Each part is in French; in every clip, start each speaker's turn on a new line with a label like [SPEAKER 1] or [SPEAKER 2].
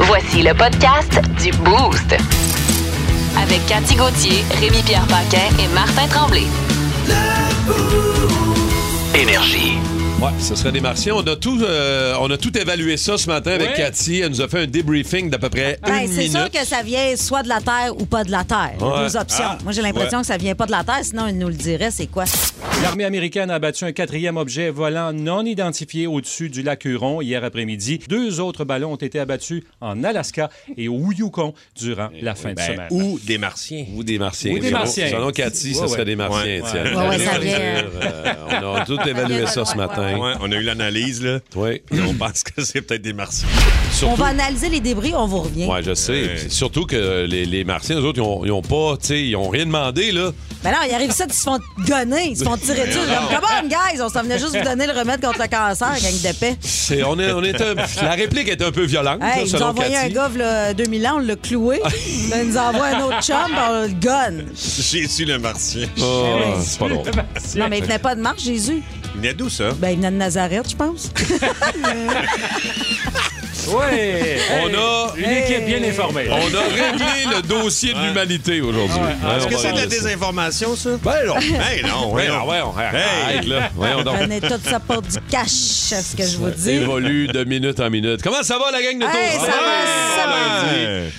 [SPEAKER 1] Voici le podcast du Boost. Avec Cathy Gauthier, Rémi-Pierre Paquin et Martin Tremblay.
[SPEAKER 2] Énergie.
[SPEAKER 3] Ouais, ce serait des martiens. On a tout, euh, on a tout évalué ça ce matin avec
[SPEAKER 4] Ouais.
[SPEAKER 3] Cathy. Elle nous a fait un débriefing d'à peu près
[SPEAKER 5] Ben,
[SPEAKER 3] une
[SPEAKER 5] c'est
[SPEAKER 3] minute.
[SPEAKER 5] sûr que ça vient soit de la Terre ou pas de la Terre. Il y a
[SPEAKER 3] Ouais.
[SPEAKER 5] Deux options.
[SPEAKER 3] Ah.
[SPEAKER 5] Moi, j'ai l'impression
[SPEAKER 3] Ouais.
[SPEAKER 5] que ça vient pas de la Terre, sinon il nous le dirait, c'est quoi?
[SPEAKER 4] L'armée américaine a abattu un quatrième objet volant non identifié au-dessus du lac Huron hier après-midi. Deux autres ballons ont été abattus en Alaska et au Yukon durant la fin
[SPEAKER 6] ben.
[SPEAKER 4] de semaine.
[SPEAKER 6] ou des martiens.
[SPEAKER 3] Ou des martiens.
[SPEAKER 4] Ou des
[SPEAKER 3] Selon-
[SPEAKER 4] martiens.
[SPEAKER 3] Selon Cathy, ce
[SPEAKER 4] Ouais,
[SPEAKER 3] serait
[SPEAKER 4] ouais.
[SPEAKER 3] des martiens,
[SPEAKER 6] Ouais.
[SPEAKER 3] tiens.
[SPEAKER 5] Ouais, ouais, ça vient.
[SPEAKER 3] Euh, on a tout évalué ça ce matin.
[SPEAKER 6] Ouais, on a eu l'analyse, là.
[SPEAKER 3] Oui.
[SPEAKER 6] Et on pense que c'est peut-être des martiens.
[SPEAKER 3] Surtout-
[SPEAKER 5] On va analyser les débris, on vous revient.
[SPEAKER 3] Ouais, je sais.
[SPEAKER 6] Ouais.
[SPEAKER 3] Puis Surtout que les, les martiens, eux autres, ils ont, ils ont pas, tu sais, ils ont rien demandé, là.
[SPEAKER 5] Ben non, ils arrivent ça, ils se font gonner, ils se font tirer dessus. Comme, Come on, guys, on s'en venait juste vous donner le remède contre le cancer, gang de paix.
[SPEAKER 3] C'est- on est, on est un- la réplique est un peu violente, là,
[SPEAKER 5] Hey, ils nous
[SPEAKER 3] selon
[SPEAKER 5] ont envoyé un
[SPEAKER 3] Cathy.
[SPEAKER 5] gars, là, 2000 ans, on l'a cloué. Là, ils nous envoient un autre chum, ben, on le gonne.
[SPEAKER 6] Jésus le martien.
[SPEAKER 3] Oh, c'est pas drôle.
[SPEAKER 5] Non, mais il venait pas de marche, Jésus.
[SPEAKER 6] Il venait d'où, ça?
[SPEAKER 5] Ben, il venait de Nazareth, je pense.
[SPEAKER 4] Ouais.
[SPEAKER 3] On a-
[SPEAKER 4] une équipe bien informée.
[SPEAKER 3] On a réglé le dossier de l'humanité aujourd'hui. Ouais,
[SPEAKER 6] Est-ce
[SPEAKER 3] on
[SPEAKER 6] que
[SPEAKER 3] va
[SPEAKER 6] c'est de la
[SPEAKER 3] régler ça.
[SPEAKER 6] désinformation, ça?
[SPEAKER 3] Ben non.
[SPEAKER 6] hey, non,
[SPEAKER 3] Ouais,
[SPEAKER 6] ouais,
[SPEAKER 3] non,
[SPEAKER 6] non.
[SPEAKER 3] ouais, on arrête, là. Voyons donc.
[SPEAKER 5] Prenez tout ça pour du cash, c'est ce que je vous dis.
[SPEAKER 3] Évolue de minute en minute. Comment ça va, la gang de tour?
[SPEAKER 5] Hey, ça va,
[SPEAKER 3] Ah,
[SPEAKER 5] ça va.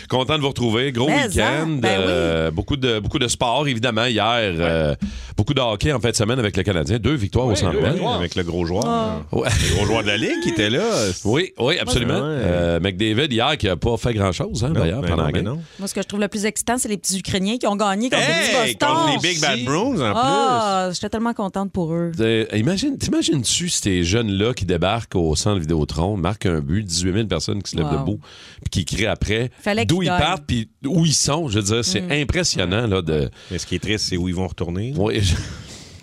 [SPEAKER 3] Content de vous retrouver. Gros
[SPEAKER 5] Mais,
[SPEAKER 3] week-end.
[SPEAKER 5] hein, ben
[SPEAKER 3] Euh, beaucoup, de, beaucoup de sport, évidemment, hier. Euh, beaucoup de hockey en fin de semaine avec le Canadien. Deux victoires au Centre Bell.
[SPEAKER 4] victoires.
[SPEAKER 6] Avec le gros joueur. là.
[SPEAKER 3] Ouais.
[SPEAKER 6] Le gros joueur de la Ligue qui était là.
[SPEAKER 3] Oui, oui, absolument.
[SPEAKER 6] Ouais.
[SPEAKER 3] Euh, McDavid, hier, qui n'a pas fait grand-chose, hein, d'ailleurs,
[SPEAKER 6] ben
[SPEAKER 3] pendant
[SPEAKER 6] non,
[SPEAKER 3] la
[SPEAKER 6] ben
[SPEAKER 3] game.
[SPEAKER 6] non.
[SPEAKER 5] Moi, ce que je trouve le plus excitant, c'est les petits Ukrainiens qui ont gagné contre les
[SPEAKER 6] Hey,
[SPEAKER 5] petits Boston.
[SPEAKER 6] contre les Big Bad Bruins, en
[SPEAKER 5] Ah, j'étais tellement contente pour eux.
[SPEAKER 3] Euh, imagine- T'imagines-tu ces jeunes-là qui débarquent au centre Vidéotron, marquent un but, 18 000 personnes qui se lèvent
[SPEAKER 5] Wow.
[SPEAKER 3] debout, puis qui crient après
[SPEAKER 5] Fallait
[SPEAKER 3] d'où
[SPEAKER 5] qu'ils
[SPEAKER 3] ils
[SPEAKER 5] gagnent. Mm.
[SPEAKER 3] partent, puis où ils sont. Je veux dire, c'est impressionnant. Là, de...
[SPEAKER 6] plus. Mais ce qui est triste, c'est où ils vont retourner.
[SPEAKER 3] Oui, je-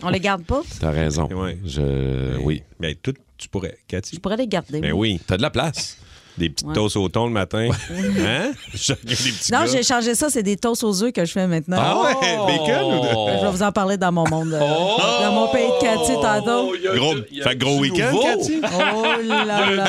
[SPEAKER 5] On les garde pas?
[SPEAKER 3] t'as raison.
[SPEAKER 6] Ouais.
[SPEAKER 3] Je... Oui.
[SPEAKER 6] Ben, tout, tu pourrais,
[SPEAKER 5] Je
[SPEAKER 6] Cathy.
[SPEAKER 5] pourrais les garder.
[SPEAKER 6] Ben
[SPEAKER 5] moi.
[SPEAKER 6] oui,
[SPEAKER 3] T'as de la place.
[SPEAKER 6] des petites
[SPEAKER 5] Ouais.
[SPEAKER 6] toasts au thon le matin. Hein? Chacun des petits
[SPEAKER 5] Non,
[SPEAKER 6] gars.
[SPEAKER 5] j'ai changé ça, c'est des toasts aux œufs que je fais maintenant.
[SPEAKER 6] Ah ouais, bacon ou
[SPEAKER 3] Oh!
[SPEAKER 6] de-
[SPEAKER 5] Ben, Je vais vous en parler dans mon monde, euh, dans mon pays de Cathy tantôt.
[SPEAKER 3] Oh, il y a
[SPEAKER 6] Gros,
[SPEAKER 3] du- il y a
[SPEAKER 6] fait que gros
[SPEAKER 3] du
[SPEAKER 6] week-end,
[SPEAKER 3] nouveau.
[SPEAKER 6] Cathy?
[SPEAKER 5] Oh là là là.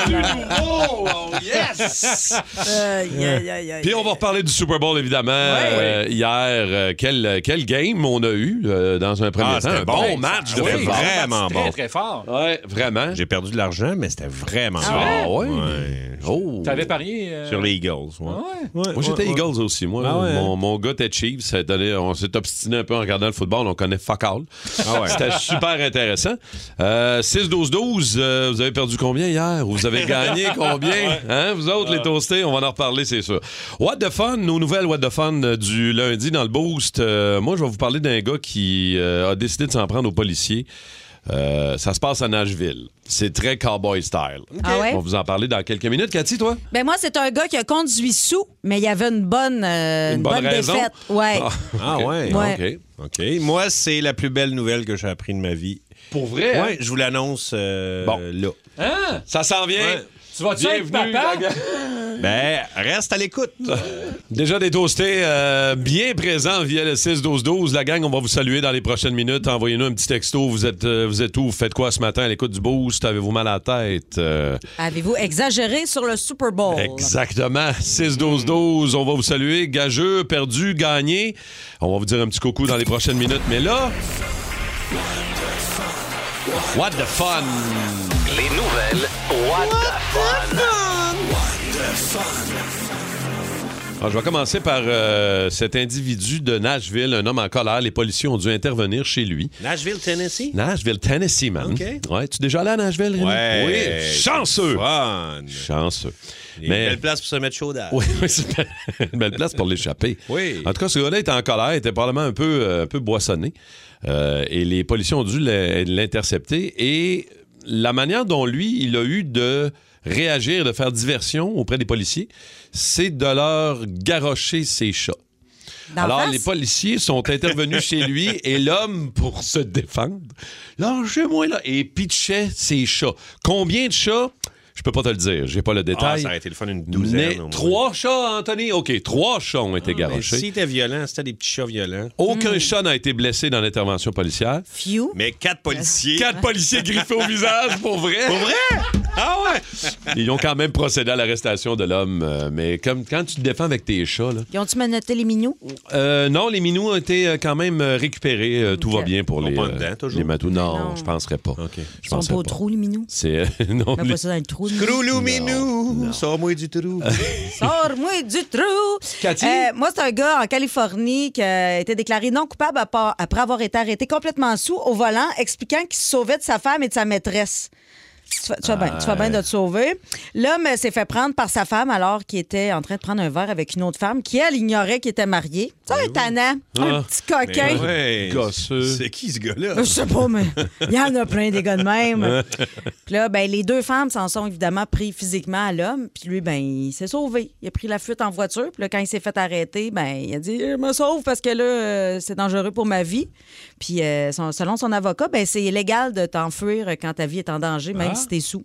[SPEAKER 3] Oh, oh, yes!
[SPEAKER 5] Aïe, aïe, aïe, aïe.
[SPEAKER 3] Puis on va reparler du Super Bowl, évidemment. Euh, hier, euh, quel, quel game on a eu euh, dans un premier
[SPEAKER 6] Ah,
[SPEAKER 3] temps.
[SPEAKER 6] c'était
[SPEAKER 3] Un
[SPEAKER 6] bon.
[SPEAKER 3] bon match de
[SPEAKER 6] Oui,
[SPEAKER 3] football.
[SPEAKER 6] vraiment
[SPEAKER 4] Très,
[SPEAKER 6] bon.
[SPEAKER 4] très fort.
[SPEAKER 3] Ouais, vraiment.
[SPEAKER 6] J'ai perdu de l'argent, mais c'était vraiment
[SPEAKER 3] Ah
[SPEAKER 6] bon.
[SPEAKER 3] ouais? Oh.
[SPEAKER 4] T'avais parié. euh,
[SPEAKER 6] Sur les Eagles, ouais. Ouais,
[SPEAKER 3] Moi, j'étais
[SPEAKER 6] ouais, ouais.
[SPEAKER 3] Eagles aussi. Moi,
[SPEAKER 6] Ah ouais.
[SPEAKER 3] mon, mon gars était Chiefs. Ça a donné- on s'est obstiné un peu en regardant le football. On connaît fuck all.
[SPEAKER 6] Ah
[SPEAKER 3] C'était super intéressant. Euh, 6-12-12, euh, vous avez perdu combien hier? Ou Vous avez gagné combien? Hein, vous autres,
[SPEAKER 6] Ah.
[SPEAKER 3] les toastés, on va en reparler, c'est sûr. What the fun, nos nouvelles What the fun euh, du lundi dans le boost. Euh, moi, je vais vous parler d'un gars qui euh, a décidé de s'en prendre aux policiers. Euh, ça se passe à Nashville. C'est très cowboy style.
[SPEAKER 5] Ah ouais?
[SPEAKER 3] On va vous en parler dans quelques minutes. Cathy, toi?
[SPEAKER 5] Ben moi, c'est un gars qui a conduit sous, mais il y avait une bonne, euh,
[SPEAKER 3] Une bonne raison?
[SPEAKER 5] défaite. Ouais.
[SPEAKER 6] Ah ouais.
[SPEAKER 5] Ouais.
[SPEAKER 3] OK.
[SPEAKER 6] OK. Moi, c'est la plus belle nouvelle que j'ai appris de ma vie.
[SPEAKER 3] Pour vrai,
[SPEAKER 6] Ouais, je vous l'annonce euh,
[SPEAKER 3] Bon.
[SPEAKER 6] là.
[SPEAKER 4] Hein?
[SPEAKER 3] ça s'en vient.
[SPEAKER 6] Ouais.
[SPEAKER 4] Tu vas-tu être
[SPEAKER 3] Bienvenue,
[SPEAKER 4] papa?
[SPEAKER 3] la gang.
[SPEAKER 6] Ben, reste à l'écoute. Euh,
[SPEAKER 3] Déjà des toastés euh, bien présents via le 6-12-12. La gang, on va vous saluer dans les prochaines minutes. Envoyez-nous un petit texto. Vous êtes, euh, vous êtes où? Vous faites quoi ce matin à l'écoute du boost? Avez-vous mal à la tête? Euh,
[SPEAKER 5] Avez-vous exagéré sur le Super Bowl?
[SPEAKER 3] Exactement. 6-12-12. On va vous saluer. Gageux, perdu, gagné. On va vous dire un petit coucou dans les prochaines minutes. Mais là... What the fun!
[SPEAKER 2] Les nouvelles. What, the fun?
[SPEAKER 3] Alors, Ah, je vais commencer par euh, cet individu de Nashville, un homme en colère. Les policiers ont dû intervenir chez lui.
[SPEAKER 6] Nashville, Tennessee.
[SPEAKER 3] Nashville, Tennessee, man.
[SPEAKER 6] OK.
[SPEAKER 3] Ouais, tu es déjà allé à Nashville, Rémi?
[SPEAKER 6] Ouais.
[SPEAKER 3] Oui. Chanceux.
[SPEAKER 6] Fun.
[SPEAKER 3] Chanceux.
[SPEAKER 6] Il y a Une belle place pour se mettre chaud d'air.
[SPEAKER 3] Oui, oui, c'est une belle place pour l'échapper.
[SPEAKER 6] Oui.
[SPEAKER 3] En tout cas, ce gars-là était en colère, était probablement un peu, euh, un peu boissonné. Euh, et les policiers ont dû l'in- l'intercepter. Et la manière dont lui, il a eu de réagir, de faire diversion auprès des policiers, c'est de leur garrocher ses chats.
[SPEAKER 5] D'en
[SPEAKER 3] Alors,
[SPEAKER 5] face?
[SPEAKER 3] les policiers sont intervenus chez lui et l'homme, pour se défendre, lâchez-moi là, et pitchait ses chats. Combien de chats? Je peux pas te le dire, j'ai pas le
[SPEAKER 6] Ah,
[SPEAKER 3] détail.
[SPEAKER 6] ça aurait été le fun, une douzaine.
[SPEAKER 3] Mais
[SPEAKER 6] au moins.
[SPEAKER 3] trois chats, Anthony. OK, trois chats ont
[SPEAKER 5] Ah,
[SPEAKER 3] été
[SPEAKER 6] Mais
[SPEAKER 3] garochés.
[SPEAKER 6] S'il était violent, c'était des petits chats violents.
[SPEAKER 5] Hmm.
[SPEAKER 3] Aucun chat n'a été blessé dans l'intervention policière.
[SPEAKER 5] Few.
[SPEAKER 6] Mais quatre policiers.
[SPEAKER 3] Quatre policiers griffés au visage, pour vrai.
[SPEAKER 6] Pour vrai?
[SPEAKER 3] Ah ouais? Ils ont quand même procédé à l'arrestation de l'homme. euh, mais comme quand tu te défends avec tes chats, là,
[SPEAKER 5] Ils ont-tu menotté les minous?
[SPEAKER 3] Euh, non, les minous ont été euh, quand même euh, récupérés. Euh, tout va bien pour
[SPEAKER 6] Ils
[SPEAKER 3] les,
[SPEAKER 6] ont pas de dents, toujours?
[SPEAKER 3] les matous. Non,
[SPEAKER 5] Non.
[SPEAKER 3] je penserais pas. Je
[SPEAKER 5] Ils sont
[SPEAKER 3] penserais
[SPEAKER 5] pas au
[SPEAKER 3] pas.
[SPEAKER 5] trou, les minous?
[SPEAKER 3] C'est euh, non.
[SPEAKER 5] Mets
[SPEAKER 3] les-
[SPEAKER 5] pas ça dans le trou. les minous.
[SPEAKER 6] Croulouminou, sors-moi du trou.
[SPEAKER 5] Sors-moi du trou!
[SPEAKER 3] Cathy?
[SPEAKER 5] Euh, moi, c'est un gars en Californie qui a été déclaré non coupable à part- après avoir été arrêté complètement sous au volant, expliquant qu'il se sauvait de sa femme et de sa maîtresse. Tu fais, tu fais bien, tu fais
[SPEAKER 3] Euh.
[SPEAKER 5] bien de te sauver. L'homme euh, s'est fait prendre par sa femme alors qu'il était en train de prendre un verre avec une autre femme qui, elle, ignorait qu'il était marié. Ça, un tannant, un
[SPEAKER 3] Ah.
[SPEAKER 5] petit coquin.
[SPEAKER 6] Ben Ouais.
[SPEAKER 3] Gosseux.
[SPEAKER 6] C'est qui ce gars-là?
[SPEAKER 5] Je sais pas, mais il y en a plein des gars de même. Puis là, ben, les deux femmes s'en sont évidemment pris physiquement à l'homme. Puis lui, ben, il s'est sauvé. Il a pris la fuite en voiture. Puis là, quand il s'est fait arrêter, ben, il a dit Je me sauve parce que là, euh, c'est dangereux pour ma vie. Puis euh, son- selon son avocat, ben, c'est illégal de t'enfuir quand ta vie est en danger, même
[SPEAKER 6] Ah.
[SPEAKER 5] si t'es sous.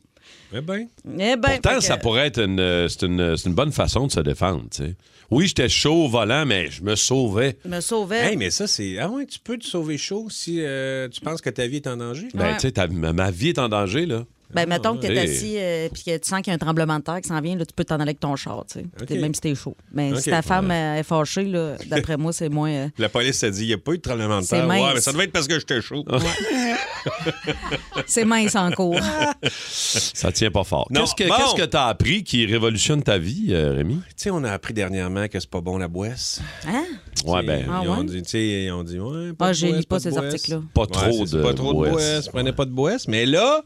[SPEAKER 6] Eh ben.
[SPEAKER 5] Eh ben,
[SPEAKER 3] Pourtant,
[SPEAKER 5] fait que-
[SPEAKER 3] ça pourrait être une, euh, c'est une, c'est une bonne façon de se défendre. tu sais. Oui, j'étais chaud au volant, mais je me sauvais.
[SPEAKER 5] Je me sauvais.
[SPEAKER 6] Hey, mais ça, c'est. Ah ouais, tu peux te sauver chaud si euh, tu penses que ta vie est en danger?
[SPEAKER 3] Ben,
[SPEAKER 5] Ouais.
[SPEAKER 3] tu sais, ta- ma ma vie est en danger, là.
[SPEAKER 5] Ben, mettons que tu es
[SPEAKER 3] ouais.
[SPEAKER 5] assis euh, puis que tu sens qu'il y a un tremblement de terre qui s'en vient, là, tu peux t'en aller avec ton char, tu sais. Puis t'es-
[SPEAKER 6] OK.
[SPEAKER 5] Même si t'es chaud. Mais
[SPEAKER 6] OK.
[SPEAKER 5] si ta femme euh, est fâchée, là, d'après moi, c'est moins. euh,
[SPEAKER 6] La police a dit, il n'y a pas eu de tremblement de
[SPEAKER 5] C'est
[SPEAKER 6] terre.
[SPEAKER 5] mince.
[SPEAKER 6] Ouais, mais ça devait être parce que j'étais chaud.
[SPEAKER 5] c'est mince en cours.
[SPEAKER 3] Ça tient pas fort.
[SPEAKER 6] Non,
[SPEAKER 3] Qu'est-ce que
[SPEAKER 6] bon.
[SPEAKER 3] qu'est-ce que t'as appris qui révolutionne ta vie, euh, Rémi?
[SPEAKER 6] Tu sais, on a appris dernièrement que c'est pas bon la boisse.
[SPEAKER 5] Hein?
[SPEAKER 3] Ouais,
[SPEAKER 6] T'sais,
[SPEAKER 3] ben,
[SPEAKER 5] Ah
[SPEAKER 6] ils ont
[SPEAKER 5] ouais?
[SPEAKER 6] dit, tu sais, on dit, ouais,
[SPEAKER 5] Ah,
[SPEAKER 6] de
[SPEAKER 5] je
[SPEAKER 6] boisse,
[SPEAKER 5] lis pas
[SPEAKER 6] de
[SPEAKER 5] ces
[SPEAKER 6] boisse.
[SPEAKER 5] articles-là.
[SPEAKER 3] pas trop
[SPEAKER 6] Ouais, c'est
[SPEAKER 3] de.
[SPEAKER 6] Pas trop de
[SPEAKER 3] boisse.
[SPEAKER 6] boisse. Prenez pas de boisse. Mais là,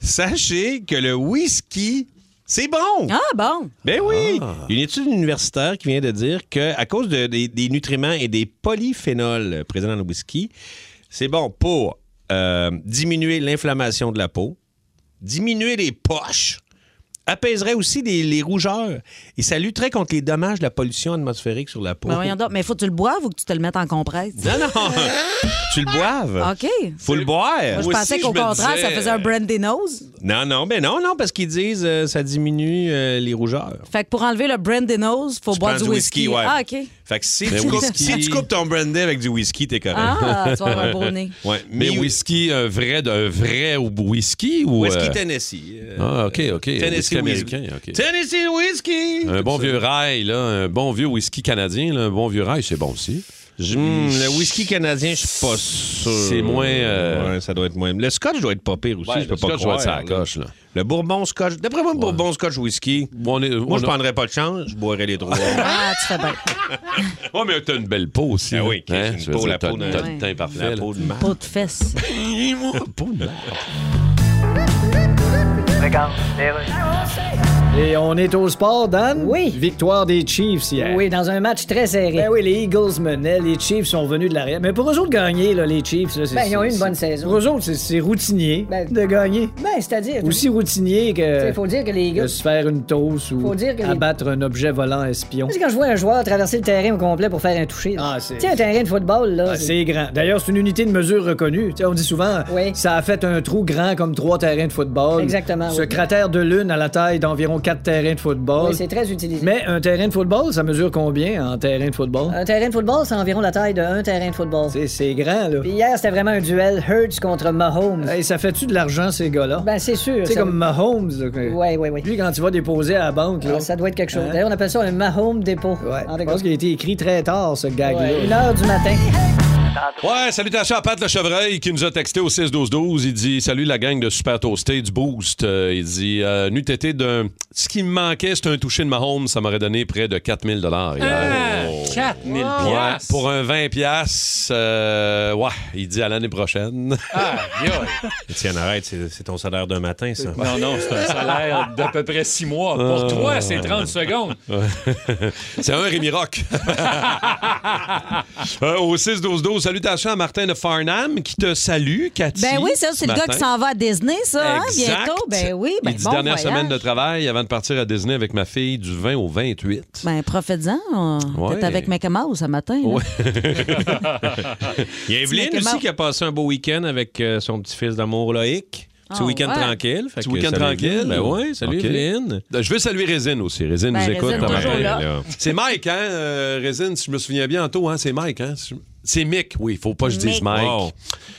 [SPEAKER 6] sachez que le whisky, c'est bon.
[SPEAKER 5] Ah, bon.
[SPEAKER 6] Ben oui! Une étude universitaire qui vient de dire que à cause de- des, des nutriments et des polyphénols présents dans le whisky, c'est bon pour euh, diminuer l'inflammation de la peau, diminuer les poches, apaiserait aussi des- les rougeurs et ça lutterait contre les dommages de la pollution atmosphérique sur la peau.
[SPEAKER 5] Ben, voyons donc. Mais faut que tu le boives ou que tu te le mettes en compresse?
[SPEAKER 6] non, non! tu le boives!
[SPEAKER 5] OK.
[SPEAKER 6] Faut le boire!
[SPEAKER 5] Ah. Moi, je
[SPEAKER 3] Moi
[SPEAKER 5] pensais
[SPEAKER 3] aussi,
[SPEAKER 5] qu'au
[SPEAKER 3] je me
[SPEAKER 5] contraire,
[SPEAKER 3] disais- euh,
[SPEAKER 5] ça faisait un brandy nose.
[SPEAKER 6] Non, non, ben non, non, parce qu'ils disent euh, ça diminue euh, les rougeurs.
[SPEAKER 5] Fait que pour enlever le brandy nose, faut boire
[SPEAKER 6] prends
[SPEAKER 5] du
[SPEAKER 6] du
[SPEAKER 5] whisky.
[SPEAKER 6] whisky, ouais.
[SPEAKER 5] Ah, OK.
[SPEAKER 6] Fait que si,
[SPEAKER 3] Mais
[SPEAKER 6] tu coupes,
[SPEAKER 3] whisky-
[SPEAKER 6] si tu coupes ton brandy avec du whisky, t'es correct.
[SPEAKER 5] Ah, tu vas avoir un beau nez.
[SPEAKER 6] Ouais,
[SPEAKER 3] Mais
[SPEAKER 6] mais whisky,
[SPEAKER 3] whisky, un vrai, un vrai whisky ou.
[SPEAKER 6] whisky
[SPEAKER 3] euh,
[SPEAKER 6] Tennessee. euh,
[SPEAKER 3] Ah, OK, OK.
[SPEAKER 6] Tennessee
[SPEAKER 3] Whisky
[SPEAKER 6] whisky.
[SPEAKER 3] américain, OK.
[SPEAKER 6] Tennessee whisky.
[SPEAKER 3] Un bon vieux rail, là, un bon vieux whisky canadien, là, un bon vieux rail, c'est bon aussi.
[SPEAKER 6] Je- hmm, le whisky canadien, je suis pas sûr.
[SPEAKER 3] C'est moins, euh,
[SPEAKER 6] Ouais, ça doit être moins. Le scotch doit être pas pire aussi.
[SPEAKER 3] Ouais,
[SPEAKER 6] ben, je peux
[SPEAKER 3] le
[SPEAKER 6] pas
[SPEAKER 3] scotch doit
[SPEAKER 6] croire.
[SPEAKER 3] être sa coche, là.
[SPEAKER 6] Le bourbon scotch. D'après moi, le bourbon scotch whisky.
[SPEAKER 3] On est-
[SPEAKER 6] Moi,
[SPEAKER 3] on
[SPEAKER 6] je
[SPEAKER 3] a-
[SPEAKER 6] prendrais pas de chance. Je boirais les trois.
[SPEAKER 5] Ah, tu fais bien.
[SPEAKER 3] Ouais, mais t'as une belle peau aussi.
[SPEAKER 6] Ah
[SPEAKER 3] là.
[SPEAKER 6] oui,
[SPEAKER 3] Hein,
[SPEAKER 6] une
[SPEAKER 3] je veux
[SPEAKER 6] peau,
[SPEAKER 3] dire,
[SPEAKER 6] la
[SPEAKER 3] t'as-
[SPEAKER 6] peau de-
[SPEAKER 3] T'as le teint
[SPEAKER 6] la
[SPEAKER 3] parfait. là.
[SPEAKER 6] peau de marde.
[SPEAKER 5] Peau de fesses.
[SPEAKER 3] Peau de marde.
[SPEAKER 7] Et on est au sport, Dan?
[SPEAKER 8] Oui.
[SPEAKER 7] Victoire des Chiefs hier.
[SPEAKER 8] Oui, dans un match très serré.
[SPEAKER 7] Ben oui, les Eagles menaient, les Chiefs sont venus de l'arrière. Mais pour eux autres, gagner, là, les Chiefs, là, c'est.
[SPEAKER 8] Ben, ils ont eu une
[SPEAKER 7] c'est-
[SPEAKER 8] bonne saison.
[SPEAKER 7] Pour eux autres, c'est- c'est routinier
[SPEAKER 8] Ben-
[SPEAKER 7] de gagner.
[SPEAKER 8] Ben, c'est-à-dire.
[SPEAKER 7] Aussi euh, routinier que
[SPEAKER 8] Il faut dire que les gars.
[SPEAKER 7] de se faire une tosse ou
[SPEAKER 8] Faut dire que les-
[SPEAKER 7] abattre un objet volant espion.
[SPEAKER 8] Tu sais, quand je vois un joueur traverser le terrain au complet pour faire un toucher. là.
[SPEAKER 7] Ah, c'est-
[SPEAKER 8] Tu sais, un terrain de football, là.
[SPEAKER 7] Ah, C'est grand. D'ailleurs, c'est une unité de mesure reconnue. Tu sais, on dit souvent,
[SPEAKER 8] Oui.
[SPEAKER 7] ça a fait un trou grand comme trois terrains de football.
[SPEAKER 8] Exactement,
[SPEAKER 7] Ce
[SPEAKER 8] oui.
[SPEAKER 7] cratère de lune à la taille d'environ quatre terrains de football.
[SPEAKER 8] Oui, c'est très utilisé.
[SPEAKER 7] Mais un terrain de football, ça mesure combien en terrain de football?
[SPEAKER 8] Un terrain de football, c'est environ la taille d'un terrain de football.
[SPEAKER 7] C'est- C'est grand, là.
[SPEAKER 8] Puis hier, c'était vraiment un duel Hurts contre Mahomes.
[SPEAKER 7] Hey, ça fait-tu de l'argent, ces gars-là?
[SPEAKER 8] Ben, c'est sûr.
[SPEAKER 7] c'est
[SPEAKER 8] ça-
[SPEAKER 7] comme Mahomes. là, que-
[SPEAKER 8] Ouais, ouais, ouais.
[SPEAKER 7] Lui, quand tu vas déposer à la banque, là.
[SPEAKER 8] Ah, ça doit être quelque chose.
[SPEAKER 7] Hein?
[SPEAKER 8] D'ailleurs, on appelle ça un Mahomes dépôt.
[SPEAKER 7] Ouais.
[SPEAKER 8] En tout
[SPEAKER 7] Je
[SPEAKER 8] cas,
[SPEAKER 7] pense qu'il a été écrit très tard, ce gag-là.
[SPEAKER 8] ouais, Une heure du matin.
[SPEAKER 3] Ouais, salutations à Pat Le Chevreuil qui nous a texté au 6-12-12. Il dit Salut la gang de Super Toasté du Boost. Euh, il dit euh, N'eût été d'un. Ce qui me manquait, c'était un toucher de Mahomes. Ça m'aurait donné près de 4000 hier.
[SPEAKER 4] Ah,
[SPEAKER 3] Oh.
[SPEAKER 4] 4000
[SPEAKER 3] Ouais,
[SPEAKER 4] piastres.
[SPEAKER 3] pour un 20 piastres, euh, ouais, il dit à l'année prochaine.
[SPEAKER 4] Aïe, aïe.
[SPEAKER 6] Tiens, arrête, c'est c'est ton salaire d'un matin, ça.
[SPEAKER 4] Non, non, c'est un salaire d'à peu près 6 mois. Pour toi, c'est 30 secondes.
[SPEAKER 3] C'est un Rémi Rock. Euh, au 6-12-12, salutations à Martin de Farnham qui te salue, Cathy.
[SPEAKER 5] Ben oui, ça, c'est le
[SPEAKER 3] ce
[SPEAKER 5] gars
[SPEAKER 3] matin.
[SPEAKER 5] qui s'en va à Disney, ça, hein,
[SPEAKER 3] Exact.
[SPEAKER 5] bientôt. Ben oui, ben
[SPEAKER 3] Il dit
[SPEAKER 5] bon
[SPEAKER 3] dernière
[SPEAKER 5] voyage.
[SPEAKER 3] semaine de travail avant de partir à Disney avec ma fille du 20 au 28.
[SPEAKER 5] Ben, profites-en. on-
[SPEAKER 3] Ouais.
[SPEAKER 5] T'es avec Mickey Mouse ce matin. là.
[SPEAKER 3] Ouais.
[SPEAKER 6] Il y a
[SPEAKER 5] Mickey
[SPEAKER 6] Evelyne aussi
[SPEAKER 5] Mouse.
[SPEAKER 6] qui a passé un beau week-end avec euh, son petit-fils d'amour Loïc. Petit
[SPEAKER 5] Ah,
[SPEAKER 6] week-end
[SPEAKER 5] ouais.
[SPEAKER 6] tranquille. Fait
[SPEAKER 3] Petit
[SPEAKER 6] que
[SPEAKER 3] week-end
[SPEAKER 6] salut,
[SPEAKER 3] tranquille.
[SPEAKER 6] Evelyne. Ben oui, salut
[SPEAKER 3] Ok.
[SPEAKER 6] Evelyne.
[SPEAKER 3] Je veux saluer Résine aussi. Résine
[SPEAKER 5] Ben,
[SPEAKER 3] nous écoute.
[SPEAKER 5] Résine,
[SPEAKER 3] en
[SPEAKER 5] toujours
[SPEAKER 3] matin.
[SPEAKER 5] là.
[SPEAKER 3] C'est Mike, hein, euh, Résine, si je me souviens bien, Anto, hein, c'est Mike, hein? si je- C'est Mick, oui, faut pas que je dise
[SPEAKER 5] Mick.
[SPEAKER 3] Mike.
[SPEAKER 6] Wow.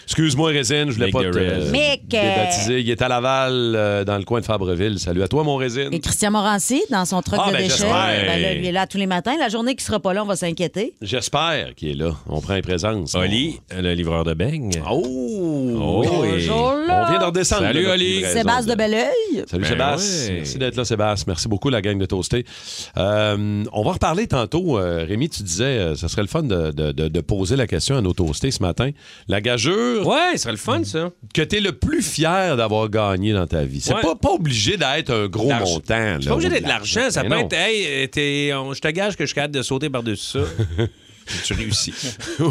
[SPEAKER 3] Excuse-moi, Résine, je voulais
[SPEAKER 6] Mick
[SPEAKER 3] pas te
[SPEAKER 6] Derrell.
[SPEAKER 3] euh,
[SPEAKER 5] Mick,
[SPEAKER 3] débaptiser. Il est à Laval, euh, dans le coin de Fabreville. Salut à toi, mon Résine.
[SPEAKER 5] Et Christian Morancy, dans son truc
[SPEAKER 3] Ah,
[SPEAKER 5] de
[SPEAKER 3] ben,
[SPEAKER 5] déchets,
[SPEAKER 3] j'espère.
[SPEAKER 5] ben là, lui, il est là tous les matins. La journée qui sera pas là, on va s'inquiéter.
[SPEAKER 3] J'espère qu'il est là. On prend une présence.
[SPEAKER 6] Oli, le livreur de beignes.
[SPEAKER 3] On- Oh!
[SPEAKER 6] Oh, et-
[SPEAKER 5] Bonjour, là.
[SPEAKER 3] On vient d'en redescendre.
[SPEAKER 6] Salut,
[SPEAKER 3] de notre
[SPEAKER 6] Oli.
[SPEAKER 3] livraison
[SPEAKER 5] Sébastien de Belleuil.
[SPEAKER 3] Salut
[SPEAKER 6] Ben
[SPEAKER 3] Sébastien.
[SPEAKER 6] ouais.
[SPEAKER 3] Merci d'être là, Sébastien. Merci beaucoup, la gang de Toasté. Euh, on va reparler tantôt. Euh, Rémi, tu disais, euh, ça serait le fun de, de- de- de poser la question à nos Toastés ce matin. La gageure
[SPEAKER 6] Ouais, ce serait le fun, ça.
[SPEAKER 3] que tu es le plus fier d'avoir gagné dans ta vie. C'est
[SPEAKER 6] Ouais.
[SPEAKER 3] pas, pas obligé d'être un gros
[SPEAKER 6] L'argent.
[SPEAKER 3] montant.
[SPEAKER 6] C'est
[SPEAKER 3] là,
[SPEAKER 6] pas obligé
[SPEAKER 3] ou de
[SPEAKER 6] d'être de l'argent. Ça
[SPEAKER 3] Mais
[SPEAKER 6] peut
[SPEAKER 3] ben non.
[SPEAKER 6] être, hey, euh, t'es- on- je te gage que je suis capable de sauter par-dessus ça. Puis tu réussis. je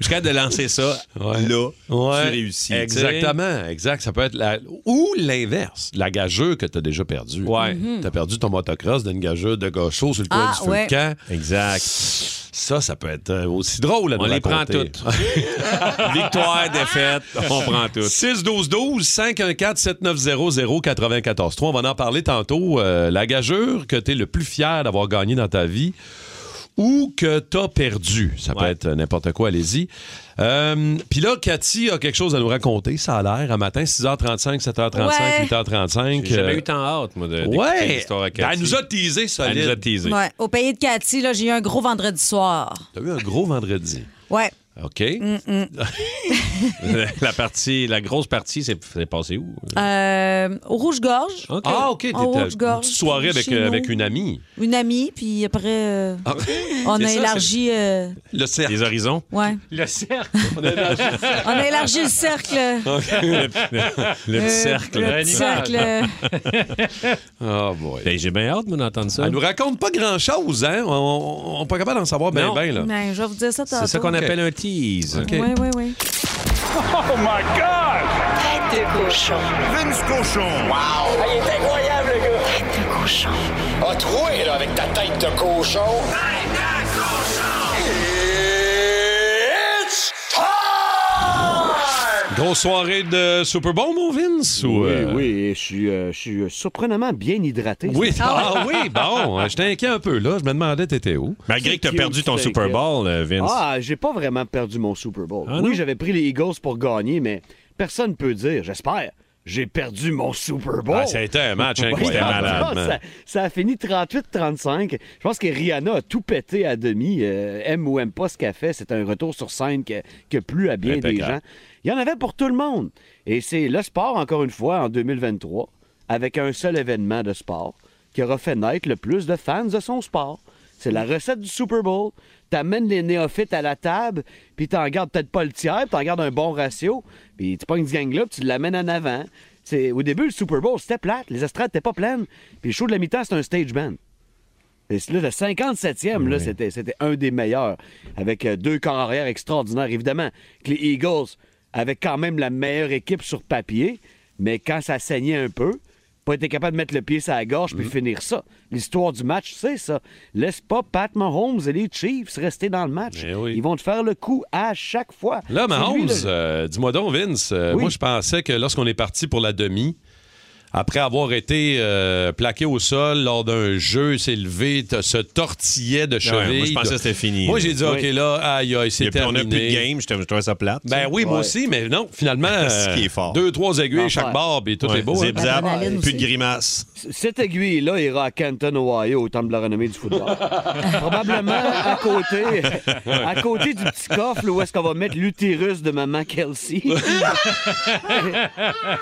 [SPEAKER 6] suis capable de lancer ça.
[SPEAKER 3] Ouais.
[SPEAKER 6] Là,
[SPEAKER 3] Ouais.
[SPEAKER 6] tu réussis.
[SPEAKER 3] Exactement, exact. Ça peut être la... ou l'inverse, la gageure que tu as déjà perdue.
[SPEAKER 6] Ouais. Mm-hmm.
[SPEAKER 3] Tu as perdu ton motocross d'une gageure de gaucho sur le coin
[SPEAKER 5] Ah,
[SPEAKER 3] du feu
[SPEAKER 5] ouais.
[SPEAKER 3] de camp.
[SPEAKER 6] tu sais. Exact.
[SPEAKER 3] Ça, ça peut être euh, aussi drôle à
[SPEAKER 6] On
[SPEAKER 3] nous
[SPEAKER 6] les prend
[SPEAKER 3] raconter.
[SPEAKER 6] toutes. Victoire, défaite, on prend tout.
[SPEAKER 3] 612-12-514-7900-943. On va en parler tantôt. Euh, la gageure que tu es le plus fier d'avoir gagné dans ta vie ou que tu as perdu. Ça peut
[SPEAKER 6] Ouais.
[SPEAKER 3] être n'importe quoi, allez-y. Euh, Puis là, Cathy a quelque chose à nous raconter, ça a l'air. À matin, 6h35, 7h35,
[SPEAKER 5] Ouais.
[SPEAKER 3] 8h35.
[SPEAKER 6] J'ai jamais
[SPEAKER 3] euh,
[SPEAKER 6] Ben, eu tant hâte, moi, de d'écouter
[SPEAKER 3] Ouais!
[SPEAKER 6] l'histoire à Cathy.
[SPEAKER 3] Elle nous a teasé,
[SPEAKER 6] Elle
[SPEAKER 3] solide.
[SPEAKER 6] nous a teasé.
[SPEAKER 5] Ouais. Au pays de Cathy, là, j'ai eu un gros vendredi soir.
[SPEAKER 3] T'as eu un gros vendredi.
[SPEAKER 5] Ouais.
[SPEAKER 3] OK.
[SPEAKER 6] la partie, la grosse partie, c'est c'est passé où?
[SPEAKER 5] Euh, au rouge-gorge.
[SPEAKER 6] OK.
[SPEAKER 3] Ah, OK. T'étais
[SPEAKER 5] En
[SPEAKER 3] une
[SPEAKER 5] Haute-Gorge,
[SPEAKER 3] petite soirée avec,
[SPEAKER 6] euh,
[SPEAKER 5] chez nous.
[SPEAKER 3] avec une amie.
[SPEAKER 5] Une amie, puis après, euh, on
[SPEAKER 6] C'est
[SPEAKER 5] a
[SPEAKER 6] ça,
[SPEAKER 5] élargi. euh,
[SPEAKER 3] Le cercle.
[SPEAKER 6] Les horizons.
[SPEAKER 5] ouais.
[SPEAKER 4] Le cercle.
[SPEAKER 5] on a élargi le cercle.
[SPEAKER 6] Le
[SPEAKER 5] euh,
[SPEAKER 6] petit cercle.
[SPEAKER 5] Le
[SPEAKER 4] L'animal.
[SPEAKER 5] petit cercle. euh,
[SPEAKER 3] Oh, boy.
[SPEAKER 6] Ben, J'ai bien hâte, moi, d'entendre ça.
[SPEAKER 3] Elle nous raconte pas grand-chose, hein? On n'est pas capable d'en savoir bien,
[SPEAKER 6] Non.
[SPEAKER 3] bien, là.
[SPEAKER 5] ben, je vais vous dire ça
[SPEAKER 6] ah. C'est ça qu'on
[SPEAKER 5] tantôt.
[SPEAKER 6] appelle un tease.
[SPEAKER 5] Oui, oui, oui.
[SPEAKER 1] Tête de cochon.
[SPEAKER 9] Vince Cochon.
[SPEAKER 2] Ah, il est incroyable, le gars!
[SPEAKER 1] Tête de cochon.
[SPEAKER 9] A troué, là, avec ta tête de cochon. Tête de cochon! It's time!
[SPEAKER 3] Grosse soirée de Super Bowl, mon Vince? ou, euh,
[SPEAKER 10] Oui, je suis, euh, je suis surprenamment bien hydraté.
[SPEAKER 3] Oui, ah oui, bon, euh, j'étais inquiet un peu, là. Je me demandais t'étais où.
[SPEAKER 6] Malgré que tu as perdu ton Super Bowl, euh, Vince.
[SPEAKER 10] Ah, j'ai pas vraiment perdu mon Super Bowl.
[SPEAKER 6] Ah, non?
[SPEAKER 10] oui, j'avais pris les Eagles pour gagner, mais personne peut dire, j'espère, j'ai perdu mon Super Bowl.
[SPEAKER 3] Ah, ça a été un match
[SPEAKER 10] Oui,
[SPEAKER 3] incroyable.
[SPEAKER 10] en
[SPEAKER 6] malade,
[SPEAKER 10] tout cas, ça, ça a fini 38-35. Je pense que Rihanna a tout pété à demi. Euh, aime ou aime pas ce qu'elle fait, c'est un retour sur scène que, que plus à bien des
[SPEAKER 6] Impeccable.
[SPEAKER 10] gens. Il y en avait pour tout le monde. Et c'est le sport, encore une fois, en 2023, avec un seul événement de sport qui aura fait naître le plus de fans de son sport. C'est la recette du Super Bowl. T'amènes les néophytes à la table, puis t'en gardes peut-être pas le tiers, puis t'en gardes un bon ratio, puis tu pognes ce gang-là, puis tu l'amènes en avant. C'est- au début, le Super Bowl, c'était plate. Les estrades n'étaient pas pleines. Puis le show de la mi-temps, c'était un stage band. Et c'est là, le 57e, là, c'était, c'était un des meilleurs, avec euh, deux corps arrière extraordinaires, évidemment. Que les Eagles avaient quand même la meilleure équipe sur papier, mais quand ça saignait un peu, pas été capable de mettre le pied sur la gorge
[SPEAKER 3] Mm-hmm.
[SPEAKER 10] puis finir ça. L'histoire du match, c'est ça. Laisse pas Pat Mahomes et les Chiefs rester dans le match.
[SPEAKER 3] Eh oui.
[SPEAKER 10] Ils vont te faire le coup à chaque fois.
[SPEAKER 3] Là,
[SPEAKER 10] C'est lui,
[SPEAKER 3] Mahomes,
[SPEAKER 10] là,
[SPEAKER 3] euh, dis-moi donc, Vince, euh,
[SPEAKER 10] Oui.
[SPEAKER 3] moi, je pensais que lorsqu'on est parti pour la demi, après avoir été euh, plaqué au sol lors d'un jeu, s'est levé, t- se tortillait de cheville.
[SPEAKER 6] moi, je pensais que c'était fini,
[SPEAKER 3] Moi,
[SPEAKER 6] là.
[SPEAKER 3] j'ai dit, OK,
[SPEAKER 10] Oui.
[SPEAKER 3] là, aïe, aïe,
[SPEAKER 6] Il y
[SPEAKER 3] c'est
[SPEAKER 6] a plus- on
[SPEAKER 3] terminé.
[SPEAKER 6] n'a plus de game, je te- je trouvais ça plate.
[SPEAKER 3] Ben oui, moi aussi, mais non, finalement,
[SPEAKER 6] Ce qui est fort.
[SPEAKER 3] deux, trois aiguilles,
[SPEAKER 10] L'enfer.
[SPEAKER 3] chaque barbe, et tout est beau. hein.
[SPEAKER 6] Zip-zap,
[SPEAKER 5] Adrénaline
[SPEAKER 6] plus de
[SPEAKER 5] aussi.
[SPEAKER 6] grimaces.
[SPEAKER 10] Cette aiguille-là ira à Canton, Ohio, au temple de la renommée du football. Probablement à côté, à côté du petit coffre où est-ce qu'on va mettre l'utérus de maman Kelsey.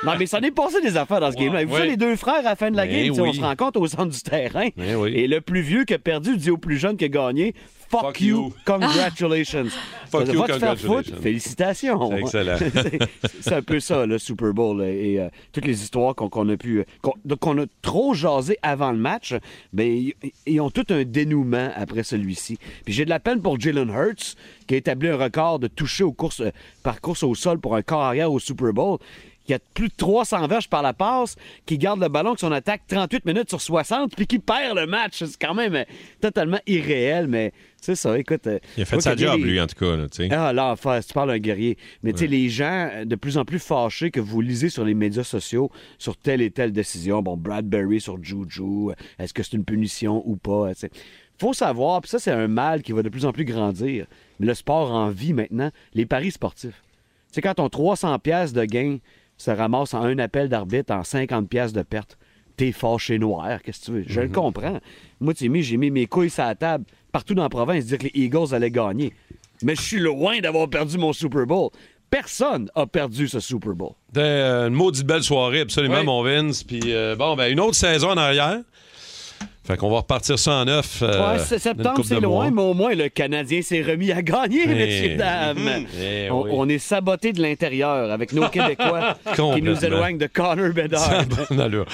[SPEAKER 10] non, mais ça n'est passé des affaires dans ce game-là. Vous
[SPEAKER 3] ouais.
[SPEAKER 10] savez, les deux frères à la fin de la
[SPEAKER 3] Eh
[SPEAKER 10] game, tu sais, on
[SPEAKER 3] oui.
[SPEAKER 10] se rencontre au centre du terrain.
[SPEAKER 3] Eh oui.
[SPEAKER 10] Et le plus vieux qui a perdu dit au plus jeune qui a gagné Fuck,
[SPEAKER 3] Fuck you.
[SPEAKER 10] you, congratulations.
[SPEAKER 3] Fuck
[SPEAKER 10] Ça,
[SPEAKER 3] you,
[SPEAKER 10] va te faire foutre,
[SPEAKER 3] congratulations.
[SPEAKER 10] Félicitations.
[SPEAKER 3] C'est excellent.
[SPEAKER 10] C'est- c'est un peu ça, le Super Bowl. euh, Et euh, toutes les histoires qu'on qu'on a pu. euh, qu'on- donc, qu'on a trop jasé avant le match, ben, ils- ils ont tout un dénouement après celui-ci. Puis j'ai de la peine pour Jalen Hurts, qui a établi un record de toucher aux courses, euh, par course au sol pour un corps arrière au Super Bowl. qui a plus de 300 verges par la passe, qui garde le ballon avec son attaque 38 minutes sur 60, puis qui perd le match. C'est quand même euh, totalement irréel, mais c'est ça, écoute. euh,
[SPEAKER 6] Il a
[SPEAKER 10] moi,
[SPEAKER 6] fait sa
[SPEAKER 10] Cagliari-
[SPEAKER 6] job, lui, en tout cas. là, tu sais.
[SPEAKER 10] ah, l'enfer, tu parles à un guerrier. Mais tu sais, les gens euh, de plus en plus fâchés que vous lisez sur les médias sociaux sur telle et telle décision. Bon, Bradbury sur Juju, euh, est-ce que c'est une punition ou pas? Il faut savoir, puis ça, c'est un mal qui va de plus en plus grandir. Mais le sport en vie maintenant, les paris sportifs. Tu sais, quand ton 300 pièces de gain se ramasse en un appel d'arbitre en 50 pièces de perte, t'es fâché noir, qu'est-ce que tu veux? Je le
[SPEAKER 3] Mhm.
[SPEAKER 10] comprends. Moi, tu sais, mis- j'ai mis mes couilles sur la table partout dans la province, dire que les Eagles allaient gagner. Mais je suis loin d'avoir perdu mon Super Bowl. Personne a perdu ce Super Bowl.
[SPEAKER 3] C'était euh, une maudite belle soirée, absolument, mon Vince. Puis euh, bon, ben, une autre saison en arrière. Fait qu'on va repartir ça en neuf. euh,
[SPEAKER 10] Ouais, c'est-
[SPEAKER 3] dans une
[SPEAKER 10] septembre,
[SPEAKER 3] couple
[SPEAKER 10] c'est
[SPEAKER 3] de mois.
[SPEAKER 10] loin, mais au moins le Canadien s'est remis à gagner, messieurs, dames.
[SPEAKER 3] Eh
[SPEAKER 10] on,
[SPEAKER 3] oui.
[SPEAKER 10] on est saboté de l'intérieur avec nos Québécois qui
[SPEAKER 3] Complètement.
[SPEAKER 10] nous éloignent de Connor
[SPEAKER 3] Ça a
[SPEAKER 10] Bedard.
[SPEAKER 3] bonne allure.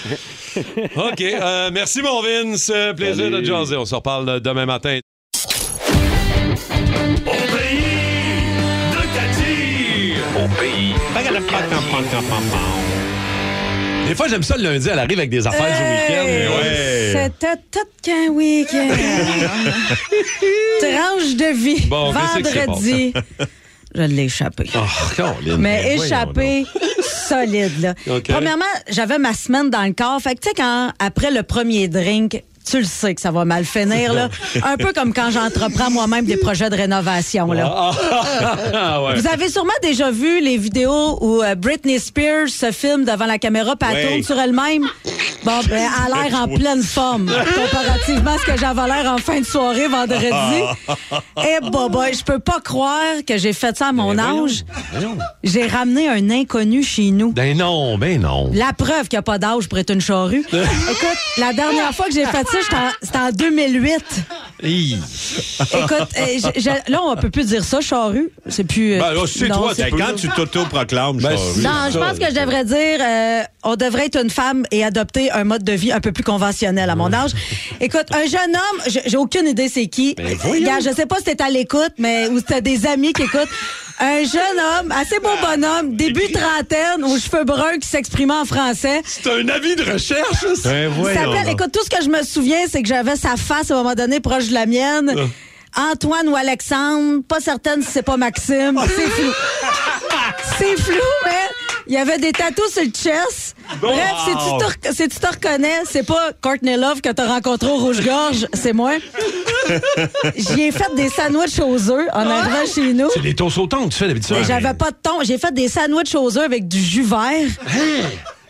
[SPEAKER 3] OK. euh, merci, mon Vince. Euh, Plaisir de
[SPEAKER 10] Salut.
[SPEAKER 3] te jaser. On se reparle demain matin.
[SPEAKER 2] Au pays de
[SPEAKER 3] Des fois, j'aime ça le lundi. Elle arrive avec des affaires
[SPEAKER 5] Hey!
[SPEAKER 3] du week-end. Ouais.
[SPEAKER 5] C'était tout qu'un week-end. Tranche de vie.
[SPEAKER 3] Bon, qu'est-ce que c'est que
[SPEAKER 5] Vendredi. Je l'ai échappé.
[SPEAKER 3] Oh, Caroline,
[SPEAKER 5] Mais
[SPEAKER 3] voyons donc.
[SPEAKER 5] échappé solide, là.
[SPEAKER 3] OK.
[SPEAKER 5] Premièrement, j'avais ma semaine dans le corps. Fait que, tu sais, quand, après le premier drink, tu le sais que ça va mal finir, là. Un peu comme quand j'entreprends moi-même des projets de rénovation, là.
[SPEAKER 3] Ah, ouais.
[SPEAKER 5] Vous avez sûrement déjà vu les vidéos où euh, Britney Spears se filme devant la caméra puis elle
[SPEAKER 6] Oui.
[SPEAKER 5] tourne sur elle-même. Bon, ben, elle a l'air en pleine forme, comparativement à ce que j'avais l'air en fin de soirée vendredi. Et bah, bah, je peux pas croire que j'ai fait ça à mon âge. J'ai ramené un inconnu chez nous.
[SPEAKER 3] Ben non, ben non.
[SPEAKER 5] La preuve qu'il n'y a pas d'âge pour être une charrue. Écoute, la dernière fois que j'ai fait ça, j'étais en- c'était en 2008.
[SPEAKER 3] Hi.
[SPEAKER 5] Écoute, euh, j'ai- j'ai- là, on peut plus dire ça, charrue. C'est plus... euh,
[SPEAKER 6] Ben, là, c'est
[SPEAKER 5] non,
[SPEAKER 6] toi,
[SPEAKER 5] c'est-
[SPEAKER 6] ben, quand tu t'auto-proclames,
[SPEAKER 3] Ben,
[SPEAKER 6] charrue,
[SPEAKER 3] c'est-
[SPEAKER 5] non, je pense que je devrais dire, euh, on devrait être une femme et adopter un mode de vie un peu plus conventionnel à mon âge. Écoute, un jeune homme, je- j'ai aucune idée c'est qui. Gars, je sais pas si t'es à l'écoute, mais ou si t'as des amis qui écoutent. Un jeune homme, assez beau bonhomme, début trentaine, aux cheveux bruns, qui s'exprimait en français.
[SPEAKER 3] C'est un avis de recherche, ça.
[SPEAKER 6] Ben,
[SPEAKER 5] Il
[SPEAKER 6] voyons
[SPEAKER 5] s'appelle,
[SPEAKER 6] donc.
[SPEAKER 5] écoute, tout ce que je me souviens, c'est que j'avais sa face à un moment donné proche de la mienne.
[SPEAKER 6] Ah.
[SPEAKER 5] Antoine ou Alexandre, pas certaine si c'est pas Maxime. C'est flou. c'est flou, mais il y avait des tatous sur le chest. Bref, si tu, te, rec- si tu te reconnais, c'est pas Courtney Love que t'as rencontré au Rouge-Gorge, c'est moi. J'y ai fait des sandwichs aux œufs en
[SPEAKER 6] Ah.
[SPEAKER 5] arrivant chez nous.
[SPEAKER 3] C'est des tons sautants que tu fais d'habitude.
[SPEAKER 5] Mais J'avais pas de thon. J'ai fait des sandwichs aux œufs avec du jus vert.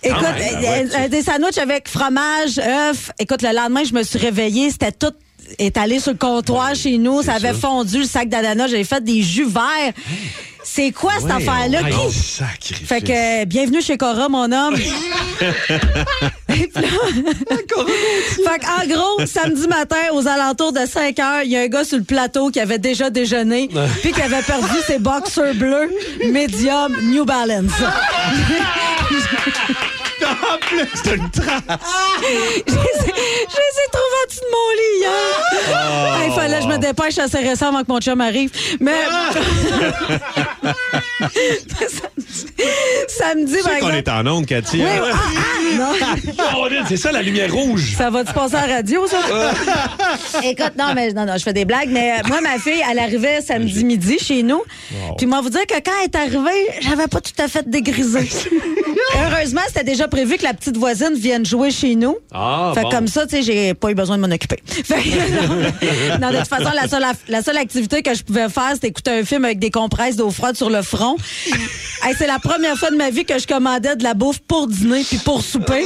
[SPEAKER 5] Écoute,
[SPEAKER 6] Ah ouais,
[SPEAKER 5] euh,
[SPEAKER 6] ouais,
[SPEAKER 5] euh, des sandwichs avec fromage, œufs. Écoute, le lendemain, je me suis réveillée, c'était tout étalé sur le comptoir chez nous, ça avait fondu le sac d'ananas, j'avais fait des jus verts. C'est quoi cette affaire-là? Qui-
[SPEAKER 3] Oh, sacré.
[SPEAKER 5] Fait que euh, bienvenue chez Cora, mon homme. Et puis là- fait que, en gros, samedi matin, aux alentours de 5 heures, il y a un gars sur le plateau qui avait déjà déjeuné, puis qui avait perdu ses boxers bleus, medium, New Balance. Ah! Je les ai- je les ai trouvés en dessous de mon lit
[SPEAKER 6] Ah!
[SPEAKER 5] hier. Il fallait que je me dépêche assez récent avant que mon chum arrive. Mais.
[SPEAKER 6] Ah!
[SPEAKER 5] samedi,
[SPEAKER 6] Tu
[SPEAKER 5] par
[SPEAKER 6] sais qu'on
[SPEAKER 5] exemple-
[SPEAKER 6] est en onde, Cathy.
[SPEAKER 5] Oui,
[SPEAKER 6] hein?
[SPEAKER 5] oui, ah, ah, non.
[SPEAKER 3] C'est ça, la lumière rouge.
[SPEAKER 5] Ça va-tu passer à la radio, ça? Écoute, non, mais non, non, je fais des blagues, mais euh, moi, ma fille, elle arrivait samedi midi chez nous. Puis, moi, vous dire que quand elle est arrivée, j'avais pas tout à fait dégrisé. Heureusement, c'était déjà prévu que la petite voisine vienne jouer chez nous.
[SPEAKER 3] Ah,
[SPEAKER 5] fait
[SPEAKER 3] bon.
[SPEAKER 5] que comme ça, tu sais, j'ai pas eu besoin de m'en occuper. Fait que, non, mais- non, de toute façon, la seule, aff- la seule activité que je pouvais faire, c'était écouter un film avec des compresses d'eau froide sur le front. Hey, c'est la première fois de ma vie que je commandais de la bouffe pour dîner puis pour souper.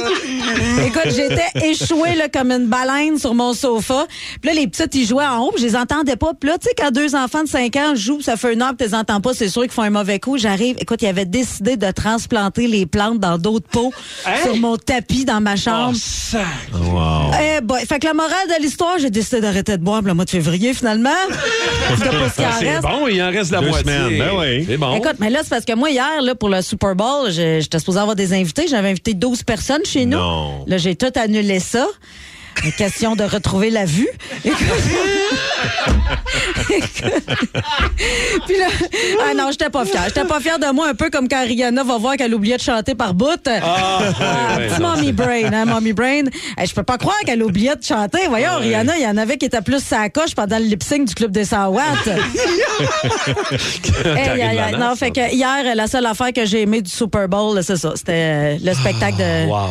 [SPEAKER 5] Écoute, j'étais échouée là, comme une baleine sur mon sofa. Puis là, les petites, ils jouaient en haut, puis je les entendais pas. Puis là, tu sais, quand deux enfants de 5 ans jouent, ça fait une heure que tu les entends pas, c'est sûr qu'ils font un mauvais coup. J'arrive, écoute, ils avaient décidé de transplanter les plantes dans d'autres pots sur mon tapis dans ma chambre. Eh boy. Fait que la morale de l'histoire, j'ai décidé d'arrêter de boire pour le mois de février, finalement. Je sais pas ce qu'il en
[SPEAKER 3] C'est
[SPEAKER 5] reste.
[SPEAKER 3] bon, il en reste la
[SPEAKER 6] Deux
[SPEAKER 3] moitié.
[SPEAKER 6] semaines, ben oui.
[SPEAKER 3] C'est bon.
[SPEAKER 5] Écoute, mais là, c'est parce que moi, hier, là, pour le Super Bowl, je- j'étais supposée avoir des invités. J'avais invité 12 personnes chez nous.
[SPEAKER 6] Non.
[SPEAKER 5] Là, j'ai tout annulé ça. Mais Question de retrouver la vue. Écoute, Puis là, ah non, j'étais pas fière. J'étais pas fière de moi, un peu comme quand Rihanna va voir qu'elle oubliait de chanter par bout.
[SPEAKER 3] Ah, ouais, ouais,
[SPEAKER 5] petit
[SPEAKER 3] non,
[SPEAKER 5] mommy brain, hein, mommy brain. Eh, je peux pas croire qu'elle oubliait de chanter. Voyons, Rihanna, il y en avait qui étaient plus sa coche pendant le lip-sync du club des 100 watts. Eh,
[SPEAKER 3] Karine
[SPEAKER 5] aïe, aïe, aïe.
[SPEAKER 3] Lanasse,
[SPEAKER 5] non, fait que hier, la seule affaire que j'ai aimée du Super Bowl, là, c'est ça. C'était euh, le spectacle de,
[SPEAKER 3] Ah, Wow.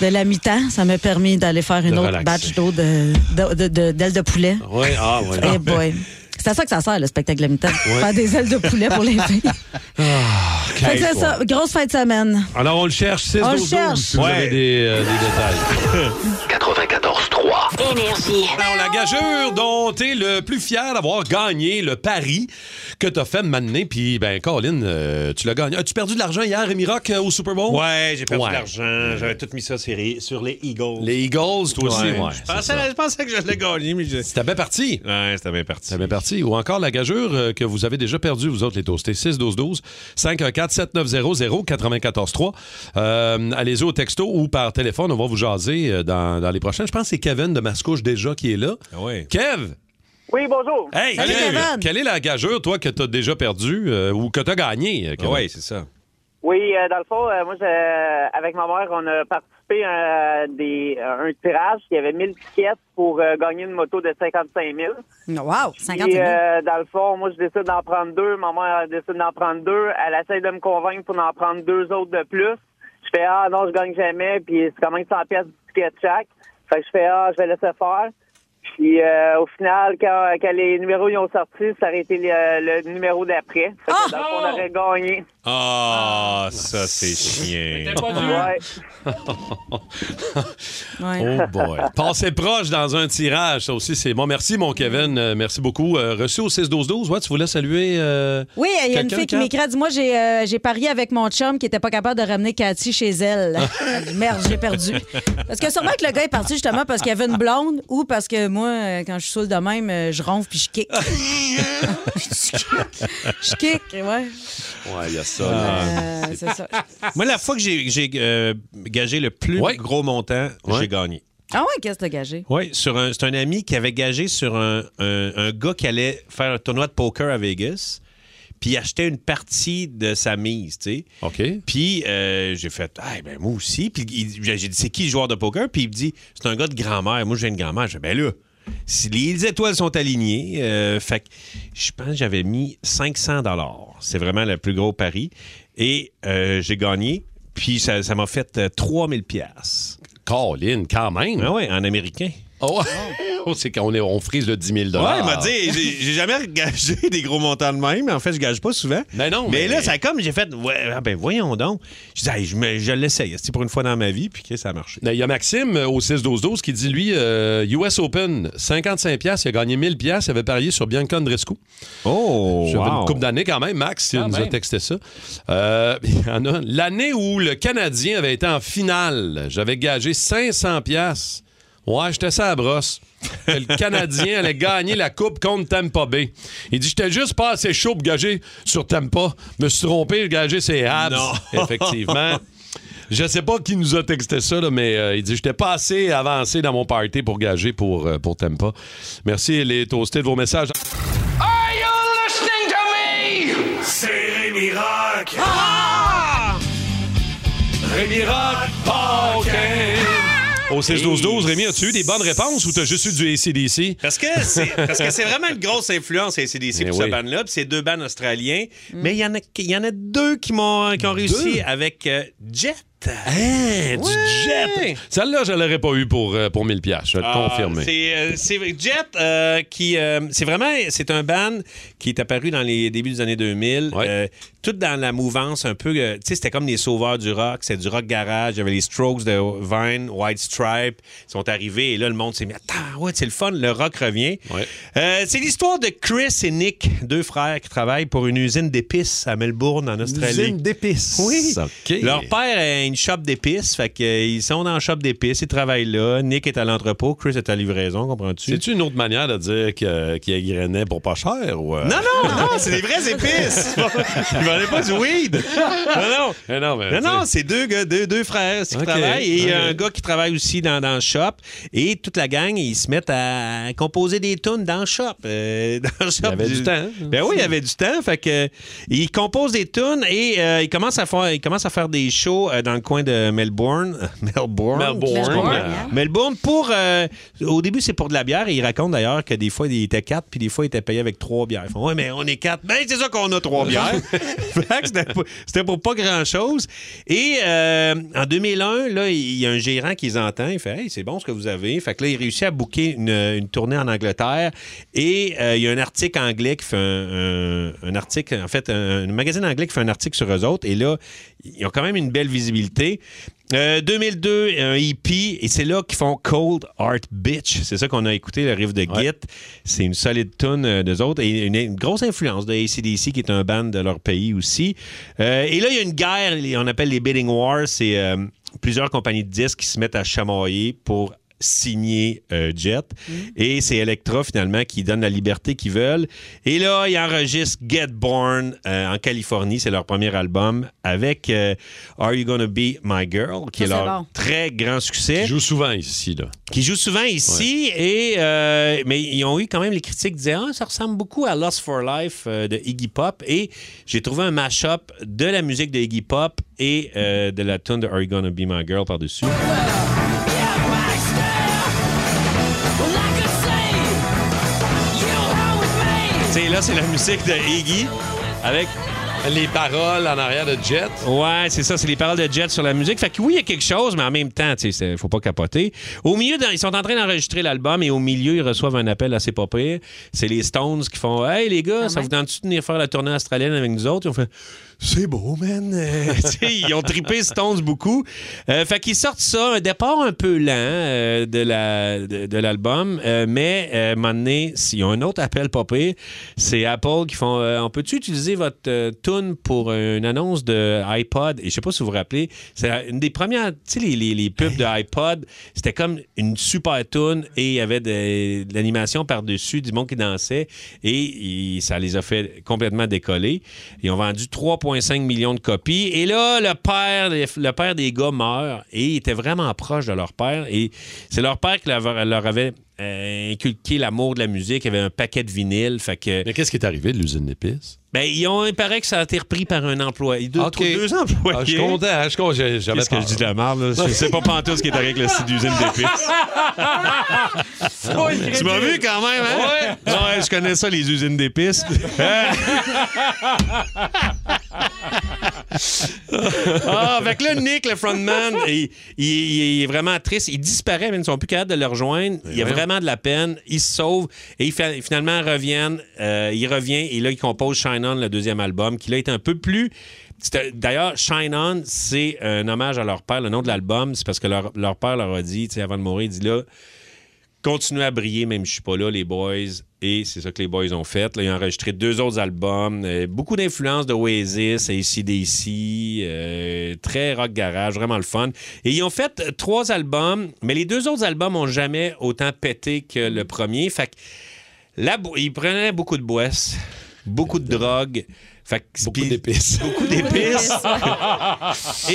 [SPEAKER 5] de la mi-temps. Ça m'a permis d'aller faire une
[SPEAKER 3] De
[SPEAKER 5] autre
[SPEAKER 3] relaxer.
[SPEAKER 5] batch d'eau de- de- de- de- d'ailes de poulet.
[SPEAKER 3] Ouais, ah, ouais.
[SPEAKER 5] Eh boy. C'est à ça que ça sert, le spectacle de la mi-temps. Faire des ailes de poulet pour les filles.
[SPEAKER 3] Ah,
[SPEAKER 5] Fait que c'est ça. Grosse fin de semaine.
[SPEAKER 3] Alors, on le cherche, 6
[SPEAKER 5] On le
[SPEAKER 3] 12
[SPEAKER 5] cherche.
[SPEAKER 3] si vous avez des, euh, des détails.
[SPEAKER 2] 94-3.
[SPEAKER 1] Énergie.
[SPEAKER 3] Alors, la gageure dont t'es le plus fier d'avoir gagné le pari que t'as fait m'amener, puis ben, Colin, euh, tu l'as gagné. As-tu perdu de l'argent hier, Rémi Rock, euh, au Super Bowl?
[SPEAKER 6] Oh. Ouais, j'ai perdu
[SPEAKER 3] Ouais.
[SPEAKER 6] de l'argent. J'avais tout mis ça sur les- sur les Eagles.
[SPEAKER 3] Les Eagles, toi aussi,
[SPEAKER 6] Ouais.
[SPEAKER 3] ouais.
[SPEAKER 6] je,
[SPEAKER 3] c'est ça.
[SPEAKER 6] pensais, je pensais que je l'ai gagné, mais je...
[SPEAKER 3] C'était bien parti.
[SPEAKER 6] Ouais, c'était bien parti.
[SPEAKER 3] C'était bien parti. Ou encore la gageure euh, que vous avez déjà perdue, vous autres, les toastés. 6-12-12, 514-7900-943. Euh, Allez-y au texto ou par téléphone. On va vous jaser euh, dans, dans les prochaines. Je pense que c'est Kevin de Mascouche déjà qui est là.
[SPEAKER 6] Ah ouais.
[SPEAKER 3] Kev!
[SPEAKER 11] Oui, bonjour.
[SPEAKER 3] Hey,
[SPEAKER 5] Salut,
[SPEAKER 3] Kev!
[SPEAKER 5] Kevin.
[SPEAKER 3] Quelle est la gageure, toi, que t'as déjà perdue euh, ou que t'as gagnée, euh,
[SPEAKER 6] Ah
[SPEAKER 3] Kevin?
[SPEAKER 6] ouais, c'est ça.
[SPEAKER 11] Oui, euh, dans le fond, euh, moi, je- avec ma mère, on a participé à Euh, des, à un tirage qui avait 1000 tickets pour euh, gagner une moto de 55 000.
[SPEAKER 5] Wow, 50
[SPEAKER 11] Puis,
[SPEAKER 5] 000.
[SPEAKER 11] euh, dans le fond, moi, je décide d'en prendre deux. Ma mère elle décide d'en prendre deux. Elle essaie de me convaincre pour en prendre deux autres de plus. Je fais, ah non, je gagne jamais. Puis c'est quand même 100 pièces du ticket chaque. Fait que je fais, ah, je vais laisser faire. Puis euh, au final, quand, quand les numéros ils ont sorti, ça aurait été le, le numéro d'après. Fait que, dans le fond, on aurait gagné.
[SPEAKER 6] Ah, ça, c'est chien. Oh
[SPEAKER 11] Ouais.
[SPEAKER 5] Ouais.
[SPEAKER 3] Oh boy. Passer proche dans un tirage, ça aussi, c'est bon. Merci, mon Kevin. Euh, merci beaucoup. Euh, reçu au 6-12-12. Ouais, tu voulais saluer. euh,
[SPEAKER 5] Oui, il y a une
[SPEAKER 3] quelqu'un,
[SPEAKER 5] fille qui
[SPEAKER 3] Kat?
[SPEAKER 5] m'écrit. Dis-moi, j'ai euh, j'ai parié avec mon chum qui n'était pas capable de ramener Cathy chez elle. Elle dit, Merde, j'ai perdu. Parce que sûrement que le gars est parti justement parce qu'il avait une blonde ou parce que moi, euh, quand je suis saoule de même, euh, je ronfle puis je kick. je kick. Je kick, ouais.
[SPEAKER 3] Ouais, il y a ça.
[SPEAKER 5] Euh, c'est ça.
[SPEAKER 6] Moi, la fois que j'ai j'ai, euh, gagé le plus
[SPEAKER 3] Ouais.
[SPEAKER 6] gros montant,
[SPEAKER 3] Ouais.
[SPEAKER 6] j'ai gagné.
[SPEAKER 5] Ah ouais, qu'est-ce que t'as gagé?
[SPEAKER 6] Oui, c'est un ami qui avait gagé sur un, un- un gars qui allait faire un tournoi de poker à Vegas, puis il achetait une partie de sa mise, tu sais.
[SPEAKER 3] OK.
[SPEAKER 6] Puis euh, j'ai fait, ah, ben moi aussi. Puis il- j'ai dit, c'est qui le joueur de poker? Puis il me dit, c'est un gars de grand-mère. Moi, j'ai une grand-mère. Je dis, ben là, si les étoiles sont alignées, euh, fait que je pense que j'avais mis 500 C'est vraiment le plus gros pari. Et euh, j'ai gagné. Puis ça ça m'a fait euh, 3000 pièces.
[SPEAKER 3] Colin, quand même.
[SPEAKER 6] Ah ouais, en américain.
[SPEAKER 3] Oh, oh, c'est qu'on est, on frise le
[SPEAKER 6] Ouais,
[SPEAKER 3] 10 000
[SPEAKER 6] il m'a dit, j'ai- j'ai jamais gagé des gros montants de même. En fait, je gage pas souvent.
[SPEAKER 3] Ben non,
[SPEAKER 6] Mais,
[SPEAKER 3] mais-
[SPEAKER 6] là, ça a comme, j'ai fait, ouais, ah ben voyons donc. Je dis, Hey, je, me- je l'essaye. C'est pour une fois dans ma vie, puis que ça a marché.
[SPEAKER 3] Il y a Maxime euh, au 6-12-12 qui dit, lui, euh, US Open, 55 pièces, il a gagné 1000 pièces, il avait parié sur Bianca Andreescu.
[SPEAKER 6] Oh,
[SPEAKER 3] J'avais une coupe d'années quand même, Max, il
[SPEAKER 4] Quand
[SPEAKER 3] nous a
[SPEAKER 4] même.
[SPEAKER 3] texté ça. Euh, il y en a- L'année où le Canadien avait été en finale, j'avais gagé 500 pièces. Ouais, j'étais ça à la brosse. Que le Canadien allait gagner la coupe contre Tampa Bay. Il dit, j'étais juste pas assez chaud pour gager sur Tampa. Me suis trompé, le gager, c'est Habs.
[SPEAKER 6] Non.
[SPEAKER 3] Effectivement. Je sais pas qui nous a texté ça, là, mais euh, il dit J'étais pas assez avancé dans mon party pour gager pour, euh, pour Tempa. Merci, les toastés, de vos messages.
[SPEAKER 2] Are you listening to me? C'est Rémi Rock. Ah! Rémi Rock,
[SPEAKER 3] Au 6-12-12, Rémi, as-tu eu des bonnes réponses ou t'as juste eu du ACDC?
[SPEAKER 6] Parce que c'est parce que c'est vraiment une grosse influence à CDC
[SPEAKER 3] Mais
[SPEAKER 6] pour
[SPEAKER 3] oui.
[SPEAKER 6] cette bande-là, puis c'est deux bandes australiens. Mais il y en a il y en a deux Hein, qui m'ont qui ont réussi avec euh, Jet.
[SPEAKER 3] Du jet! Celle-là, je l'aurais pas eu pour, euh, pour 1000$, piastres, je vais te
[SPEAKER 6] Ah,
[SPEAKER 3] confirmer.
[SPEAKER 6] C'est euh, c'est Jet euh, qui euh, c'est vraiment c'est un band qui est apparu dans les débuts des années 2000,
[SPEAKER 3] Ouais.
[SPEAKER 6] euh, tout dans la mouvance un peu euh, tu sais c'était comme les sauveurs du rock, c'est du rock garage, il y avait les Strokes de Vine, White Stripe, ils sont arrivés et là le monde s'est mis attends, ouais, c'est le fun, le rock revient.
[SPEAKER 3] Ouais.
[SPEAKER 6] Euh, c'est l'histoire de Chris et Nick, deux frères qui travaillent pour une usine d'épices à Melbourne en Australie.
[SPEAKER 3] d'épices.
[SPEAKER 6] Oui.
[SPEAKER 3] OK.
[SPEAKER 6] Leur père est une shop d'épices. Fait que, euh, ils sont dans la shop d'épices, ils travaillent là. Nick est à l'entrepôt, Chris est à la livraison, comprends-tu?
[SPEAKER 3] C'est-tu une autre manière de dire que- qu'il égrenait pour pas cher? Ou, euh?
[SPEAKER 6] Non, non, non, c'est des vraies épices. Ils vendaient pas du weed. Non, non.
[SPEAKER 3] Eh non,
[SPEAKER 6] Non,
[SPEAKER 3] mais,
[SPEAKER 6] non, c'est deux, gars, deux, deux frères c'est qui
[SPEAKER 3] Ok,
[SPEAKER 6] travaillent. Et il y a
[SPEAKER 3] ok.
[SPEAKER 6] un gars qui travaille aussi dans, dans le shop. Et toute la gang, ils se mettent à composer des tunes dans le shop. Euh, dans le shop
[SPEAKER 3] avait du temps. hein.
[SPEAKER 6] Ben oui, il y avait du temps. Fait que, euh, ils composent des tunes et euh, ils, commencent à faire, ils commencent à faire des shows euh, dans le coin de Melbourne. Melbourne.
[SPEAKER 3] Melbourne.
[SPEAKER 6] Excuse-moi.
[SPEAKER 3] Melbourne.
[SPEAKER 6] Melbourne pour. euh, au début, c'est pour de la bière. Et ils racontent d'ailleurs que des fois, il était quatre, puis des fois, il était payé avec trois bières. Ils font Ouais, mais on est quatre. Ben, c'est ça qu'on a trois bières. Fait que c'était pour- C'était pour pas grand-chose. Et euh, en 2001, là, il y a un gérant qui les entend. Il fait Hey, c'est bon ce que vous avez. Fait que là, il réussit à booker une, une tournée en Angleterre. Et euh, il y a un article anglais qui fait un, un- un article, en fait, un, un magazine anglais qui fait un article sur eux autres. Et là, ils ont quand même une belle visibilité. Euh, 2002, un hippie, et c'est là qu'ils font Cold Art Bitch. C'est ça qu'on a écouté, le riff de Git. C'est une solide tune euh, d'eux autres et une, une grosse influence de ACDC, qui est un band de leur pays aussi. Euh, et là, il y a une guerre, les- on appelle les bidding wars. C'est euh, plusieurs compagnies de disques qui se mettent à chamoyer pour signer euh, Jet.
[SPEAKER 3] Mm.
[SPEAKER 6] Et c'est Electra, finalement, qui donne la liberté qu'ils veulent. Et là, ils enregistrent Get Born euh, en Californie. C'est leur premier album avec euh, Are You Gonna Be My Girl, qui
[SPEAKER 3] Ça,
[SPEAKER 6] est
[SPEAKER 3] c'est
[SPEAKER 6] leur
[SPEAKER 3] bon.
[SPEAKER 6] très grand succès. Qui
[SPEAKER 3] joue souvent ici, là.
[SPEAKER 6] Qui joue souvent ici. Et, euh, mais ils ont eu quand même les critiques qui disaient Ah, ça ressemble beaucoup à Lost for Life euh, de Iggy Pop. Et j'ai trouvé un mash-up de la musique de Iggy Pop et euh, de la tune de Are You Gonna Be My Girl par-dessus. Tu sais, là, c'est la musique de Iggy avec les paroles en arrière de Jet. Ouais, c'est ça, c'est les paroles de Jet sur la musique. Fait que oui, il y a quelque chose, mais en même temps, tu sais, c'est- faut pas capoter. Au milieu, dans- ils sont en train d'enregistrer l'album et au milieu, ils reçoivent un appel assez pas pire. C'est les Stones qui font Hey les gars, ça vous tente-tu de venir faire la tournée australienne avec nous autres? Ils ont fait C'est beau, man. Euh, tu sais, ils ont trippé Stones beaucoup. Euh, fait qu'ils sortent ça, un départ un peu lent euh, de, la, de, de l'album, euh, mais euh, à un moment donné, s'ils ont un autre appel pas pire, c'est Apple qui font euh, On peut-tu utiliser votre euh, tune pour une annonce de iPod Et je sais pas si vous vous rappelez, c'est une des premières, tu sais, les, les, les pubs de iPod, c'était comme une super tune et il y avait de, de l'animation par-dessus, du monde qui dansait et il- ça les a fait complètement décoller. Ils ont vendu 3,5 millions de copies et là, le père, le père des gars meurt et il était vraiment proche de leur père et c'est leur père qui leur avait- leur avait euh, inculqué l'amour de la musique. Il y avait un paquet de vinyles. Fait que...
[SPEAKER 3] Mais qu'est-ce qui est arrivé de l'usine d'épices?
[SPEAKER 6] Ben, ils ont, il paraît que ça a été repris par un employé. Deux,
[SPEAKER 3] Ok.
[SPEAKER 6] deux employés.
[SPEAKER 3] Ah, je suis content, hein, je suis content, j'ai- j'avais
[SPEAKER 6] Qu'est-ce que
[SPEAKER 3] peur.
[SPEAKER 6] je dis de la merde, là? Je sais pas pantoute ce qui est arrivé avec le site d'usine d'épices. tu m'as vu quand même, hein? Ouais. je connais ça, les usines d'épices. Euh, ah, fait que là, Nick, le frontman, il, il- il est vraiment triste. Il disparaît, mais ils ne sont plus capables de le rejoindre. Il y a
[SPEAKER 3] voyons.
[SPEAKER 6] vraiment de la peine. Il se sauve et il fait- finalement reviennent. Euh, il revient et là, il compose Shine On, le deuxième album, qui là est un peu plus. c'était- D'ailleurs, Shine On, c'est un hommage à leur père. Le nom de l'album, c'est parce que leur, leur père leur a dit, tu sais, avant de mourir, il dit là, Continuez à briller, même si je suis pas là, les boys. Et c'est ça que les boys ont fait. Là, ils ont enregistré deux autres albums. Euh, beaucoup d'influences de Oasis, ACDC, euh, très rock garage, vraiment le fun. Et ils ont fait euh, trois albums, mais les deux autres albums ont jamais autant pété que le premier. Fait que là, bo- ils prenaient beaucoup de boisse, beaucoup de drogue. Fait que- puis- beaucoup d'épices. Beaucoup d'épices.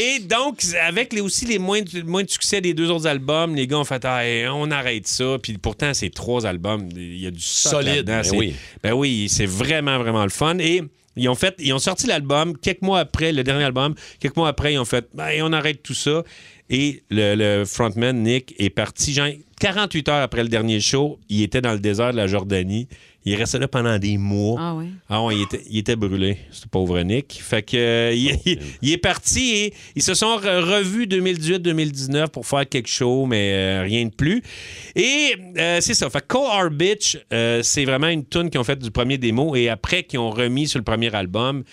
[SPEAKER 6] Et donc, avec les, aussi les moins, de- moins de succès des deux autres albums, les gars ont fait Ah, eh, on arrête ça. Puis pourtant, ces trois albums, il y a du
[SPEAKER 3] Solide,
[SPEAKER 6] solide.
[SPEAKER 3] ben oui.
[SPEAKER 6] Ben oui, c'est vraiment, vraiment le fun. Et ils ont, fait, ils ont sorti l'album quelques mois après, le dernier album, quelques mois après, ils ont fait ben, on arrête tout ça. Et le, le frontman, Nick, est parti. Genre, 48 heures après le dernier show, il était dans le désert de la Jordanie. Il restait là pendant des mois.
[SPEAKER 5] Ah oui.
[SPEAKER 6] Ah ouais, il était, il était brûlé, ce pauvre Nick. Fait que euh, il, il-
[SPEAKER 3] Oh,
[SPEAKER 6] il est parti et ils se sont re- revus 2018-2019 pour faire quelque chose, mais euh, rien de plus. Et euh, c'est ça. Fait que Call Our Bitch, euh, c'est vraiment une tune qu'ils ont faite du premier démo et après qu'ils ont remis sur le premier album.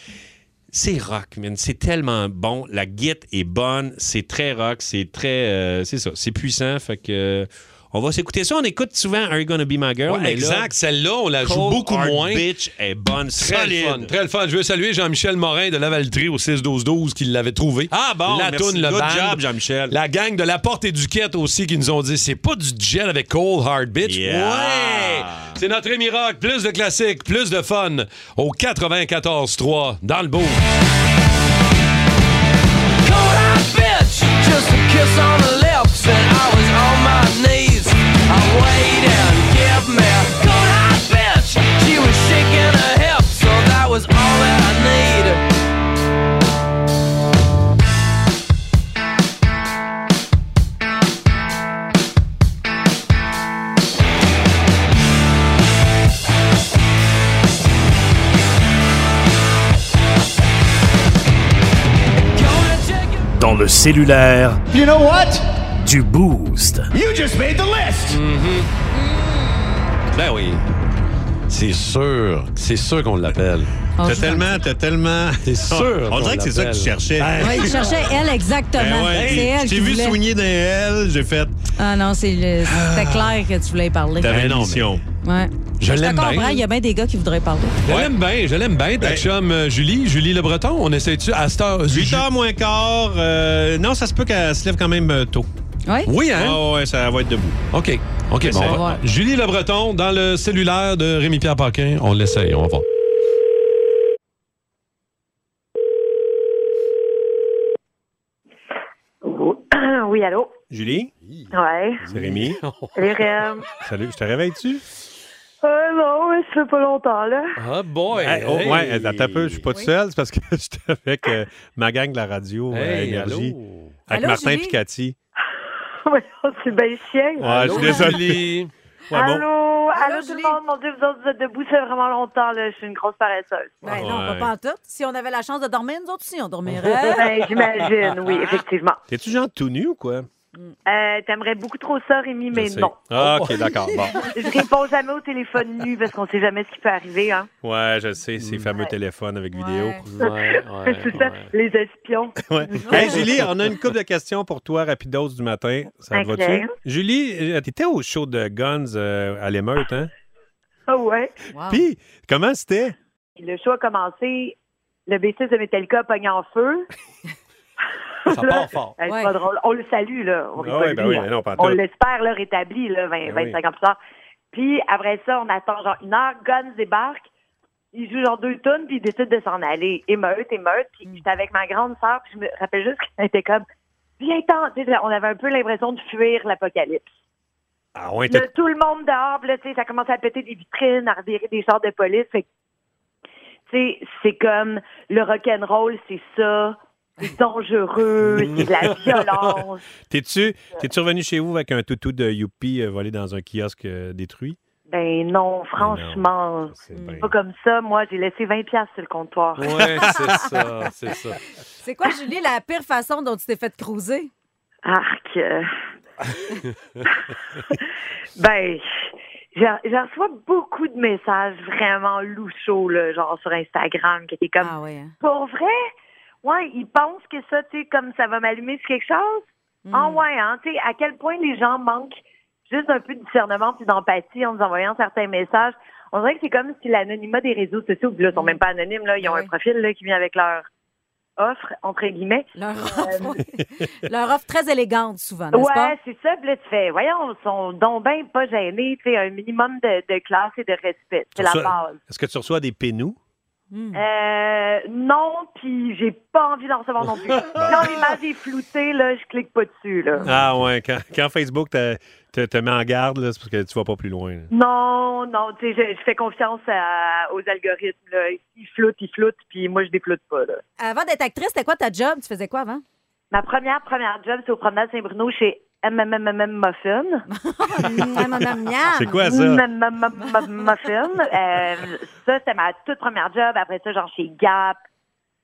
[SPEAKER 6] C'est rock, man. C'est tellement bon. La guitare est bonne. C'est très rock. C'est très. euh, c'est ça. C'est puissant. Fait que. euh, On va s'écouter ça. On écoute souvent Are You Gonna Be My Girl?
[SPEAKER 3] Ouais,
[SPEAKER 6] mais là,
[SPEAKER 3] exact. Celle-là, on la joue
[SPEAKER 6] Cold
[SPEAKER 3] beaucoup
[SPEAKER 6] Hard
[SPEAKER 3] moins.
[SPEAKER 6] Bitch est bonne,
[SPEAKER 3] Très
[SPEAKER 6] solide.
[SPEAKER 3] le fun, très le fun. Je veux saluer Jean-Michel Morin de Lavaltrie au 6-12-12 qui l'avait trouvé.
[SPEAKER 6] Ah bon,
[SPEAKER 3] la
[SPEAKER 6] merci.
[SPEAKER 3] toune, le
[SPEAKER 6] Good
[SPEAKER 3] band.
[SPEAKER 6] job, Jean-Michel.
[SPEAKER 3] La gang de La Porte et Duquette aussi qui nous ont dit c'est pas du gel avec Cold Hard Bitch.
[SPEAKER 6] Yeah.
[SPEAKER 3] Ouais! C'est notre émi rock. Plus de classiques, plus de fun au 94-3 dans le beau.
[SPEAKER 12] Cold hot bitch, just a kiss on the lips, and I was on my knees. I waited, give me a cold hot bitch. She was shaking her hips, so that was all that I needed.
[SPEAKER 13] Dans le cellulaire
[SPEAKER 9] You know what?
[SPEAKER 13] du Boost.
[SPEAKER 9] You just made the list!
[SPEAKER 3] Ben oui. C'est sûr. C'est sûr qu'on l'appelle.
[SPEAKER 5] Oh,
[SPEAKER 6] T'as
[SPEAKER 5] je-
[SPEAKER 6] tellement, t'as tellement.
[SPEAKER 3] T'es sûr
[SPEAKER 6] Ah, On dirait
[SPEAKER 3] qu'on
[SPEAKER 6] que c'est ça que tu
[SPEAKER 3] l'appelle.
[SPEAKER 6] cherchais.
[SPEAKER 3] Ben,
[SPEAKER 5] Ouais, il cherchait elle exactement.
[SPEAKER 6] Ben ouais.
[SPEAKER 5] C'est elle
[SPEAKER 6] J'ai
[SPEAKER 5] qui
[SPEAKER 6] vu
[SPEAKER 5] voulait.
[SPEAKER 6] soigner d'un L, j'ai fait.
[SPEAKER 5] Ah non, c'est le- c'était clair que tu voulais y parler.
[SPEAKER 6] T'avais une mission.
[SPEAKER 5] Ouais.
[SPEAKER 3] Je l'aime
[SPEAKER 5] te
[SPEAKER 3] bien.
[SPEAKER 5] comprends, il y a bien des gars qui voudraient parler.
[SPEAKER 3] Je l'aime bien, je l'aime bien, ta
[SPEAKER 6] Ben-
[SPEAKER 3] chum euh, Julie, Julie Le Breton. On essaie-tu à cette heure?
[SPEAKER 6] 8 h moins quart. euh, non, ça se peut qu'elle se lève quand même euh, tôt.
[SPEAKER 5] Ouais?
[SPEAKER 3] Oui, hein?
[SPEAKER 6] Ah ouais, ça va être debout.
[SPEAKER 3] OK. OK, bon,
[SPEAKER 6] Essaye.
[SPEAKER 3] on va- Julie Le Breton, dans le cellulaire de Rémi-Pierre Paquin. On l'essaye, on va voir.
[SPEAKER 14] Oui, allô?
[SPEAKER 6] Julie,
[SPEAKER 14] Ouais.
[SPEAKER 6] c'est Rémi.
[SPEAKER 14] Les rêves.
[SPEAKER 6] Salut, je te réveille-tu?
[SPEAKER 14] Euh, non, mais ça fait pas longtemps, là.
[SPEAKER 3] Ah, boy!
[SPEAKER 15] Hey, oh,
[SPEAKER 6] hey.
[SPEAKER 15] Ouais, attends un peu, je suis pas tout seul, c'est parce que j'étais avec euh, ma gang de la radio euh,
[SPEAKER 14] Hey,
[SPEAKER 15] Énergie. Avec
[SPEAKER 14] Allô,
[SPEAKER 15] Martin
[SPEAKER 14] Julie?
[SPEAKER 15] Picati.
[SPEAKER 14] Ouais, c'est bien chien.
[SPEAKER 15] Ouais, Ah, je suis désolé. Ouais,
[SPEAKER 7] Ah,
[SPEAKER 15] bon.
[SPEAKER 14] Allô, allô tout le monde, mon Dieu, vous autres, vous êtes debout, c'est vraiment longtemps, là. Je suis une grosse paresseuse.
[SPEAKER 5] Ben non, on va
[SPEAKER 15] Ah Ouais.
[SPEAKER 5] pas en tout. Si on avait la chance de dormir, nous autres aussi, on dormirait.
[SPEAKER 14] Ben, j'imagine, oui, effectivement.
[SPEAKER 15] T'es-tu genre tout nu ou quoi?
[SPEAKER 14] Euh, T'aimerais beaucoup trop ça, Rémi, mais
[SPEAKER 15] sais.
[SPEAKER 14] non.
[SPEAKER 15] Ah, ok, d'accord, bon.
[SPEAKER 14] Je réponds jamais au téléphone nu parce qu'on sait jamais ce qui peut arriver, hein.
[SPEAKER 15] Ouais, je sais, ces fameux téléphones avec vidéo. Ben,
[SPEAKER 14] c'est ça, les espions.
[SPEAKER 15] Ouais. Hey, Julie, on a une couple de questions pour toi, rapidos du matin. Ça te
[SPEAKER 14] Ok.
[SPEAKER 15] va-tu? Julie, euh, t'étais au show de Guns euh, à l'émeute, hein?
[SPEAKER 14] Ah ouais.
[SPEAKER 15] Puis, comment c'était?
[SPEAKER 14] Le show a commencé, le bassiste de Metallica a pogné en feu.
[SPEAKER 15] Ça part
[SPEAKER 14] Là,
[SPEAKER 15] fort.
[SPEAKER 14] hey, c'est pas drôle. On le salue, là. On, rigole
[SPEAKER 15] Ah ouais, ben
[SPEAKER 14] plus,
[SPEAKER 15] oui,
[SPEAKER 14] hein.
[SPEAKER 15] mais non, pas en
[SPEAKER 14] On
[SPEAKER 15] tout.
[SPEAKER 14] l'espère, là, rétabli, là, 20,
[SPEAKER 15] Ben oui.
[SPEAKER 14] 25 ans plus tard. Puis après ça, on attend genre une heure, Guns débarque, il joue genre deux tonnes, puis il décide de s'en aller. Émeute, émeute. Puis j'étais avec ma grande sœur, puis je me rappelle juste qu'elle était comme, viens t'en. Tu sais, On avait un peu l'impression de fuir l'apocalypse.
[SPEAKER 15] Ah ouais,
[SPEAKER 14] Là,
[SPEAKER 15] t'as-
[SPEAKER 14] tout le monde dehors, puis là, tu sais, ça commence à péter des vitrines, à revirer des chars de police. Fait que, tu sais, c'est comme le rock'n'roll, c'est ça. C'est dangereux, c'est de la violence.
[SPEAKER 15] t'es-tu t'es-tu revenu chez vous avec un toutou de Youpi euh, volé dans un kiosque euh, détruit?
[SPEAKER 14] Ben non, franchement, c'est pas comme ça. Moi, j'ai laissé 20 pièces sur le comptoir.
[SPEAKER 15] Ouais, c'est ça, c'est ça.
[SPEAKER 5] C'est quoi, Julie, la pire façon dont tu t'es fait cruiser?
[SPEAKER 14] Arc. euh, ben, j'en j'en reçois beaucoup de messages vraiment louchaux, là, genre sur Instagram, qui étaient comme,
[SPEAKER 5] Ah. hein.
[SPEAKER 14] pour vrai? Ouais, ils pensent que ça, tu sais, comme ça va m'allumer sur quelque chose. Ah ouais, hein, tu sais, à quel point les gens manquent juste un peu de discernement puis d'empathie en nous envoyant certains messages. On dirait que c'est comme si l'anonymat des réseaux sociaux, puis là, ils sont même pas anonymes, là, ils ont un profil, là, qui vient avec leur offre, entre guillemets.
[SPEAKER 5] Leur offre, Leur offre très élégante, souvent, n'est-ce pas?
[SPEAKER 14] Euh, Ouais, Euh, c'est ça. Puis là, tu fais, voyons, ils sont donc ben pas gênés. Tu sais, un minimum de, de classe et de respect. C'est la
[SPEAKER 15] Reçois-
[SPEAKER 14] base.
[SPEAKER 15] Est-ce que tu reçois des pénous?
[SPEAKER 5] Hmm.
[SPEAKER 14] Euh, non, puis j'ai pas envie d'en recevoir non plus. Quand l'image est floutée, là, je clique pas dessus, là.
[SPEAKER 15] Ah ouais, quand, quand Facebook te, te- te met en garde, là, c'est parce que tu vas pas plus loin. là.
[SPEAKER 14] Non, non, tu sais, je, je fais confiance à- aux algorithmes, là. Ils floutent, ils floutent, puis moi, je déploute pas, là.
[SPEAKER 5] Avant d'être actrice, c'était quoi ta job? Tu faisais quoi avant?
[SPEAKER 14] Ma première, première job, c'est au promenade Saint-Bruno chez MMMM Muffin. Ah,
[SPEAKER 5] C'est
[SPEAKER 15] Ah, quoi ça?
[SPEAKER 14] Muffin. Euh, ça, c'était ma toute première job. Après ça, genre chez Gap,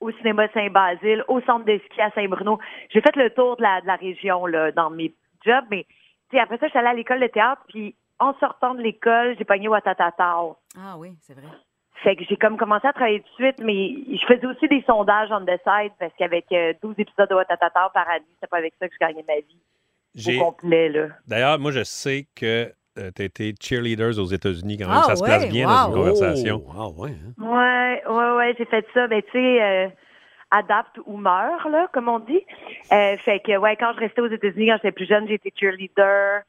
[SPEAKER 14] au cinéma Saint-Basile, au centre de ski à Saint-Bruno. J'ai fait le tour de la, de la région là, dans mes jobs, mais tu sais, après ça, je suis allée à l'école de théâtre, puis en sortant de l'école, j'ai pogné Watatatao.
[SPEAKER 5] Ah oui, c'est vrai.
[SPEAKER 14] Fait que j'ai comme commencé à travailler tout de suite, mais je faisais aussi des sondages on the side parce qu'avec euh, 12 épisodes de Watatata par année, c'est pas avec ça que je gagnais ma vie.
[SPEAKER 15] J'ai-
[SPEAKER 14] au complet, là.
[SPEAKER 15] D'ailleurs, moi, je sais que tu étais cheerleaders aux États-Unis quand même.
[SPEAKER 14] Ah
[SPEAKER 15] ça se place
[SPEAKER 14] ouais,
[SPEAKER 15] bien dans une
[SPEAKER 14] wow.
[SPEAKER 15] conversation.
[SPEAKER 14] Oh!
[SPEAKER 3] Ah, ouais.
[SPEAKER 14] Ouais, ouais, ouais, j'ai fait ça. Ben, tu sais, euh, adapte ou meurt, là, comme on dit. Euh, fait que, ouais, quand je restais aux États-Unis, quand j'étais plus jeune, j'étais cheerleader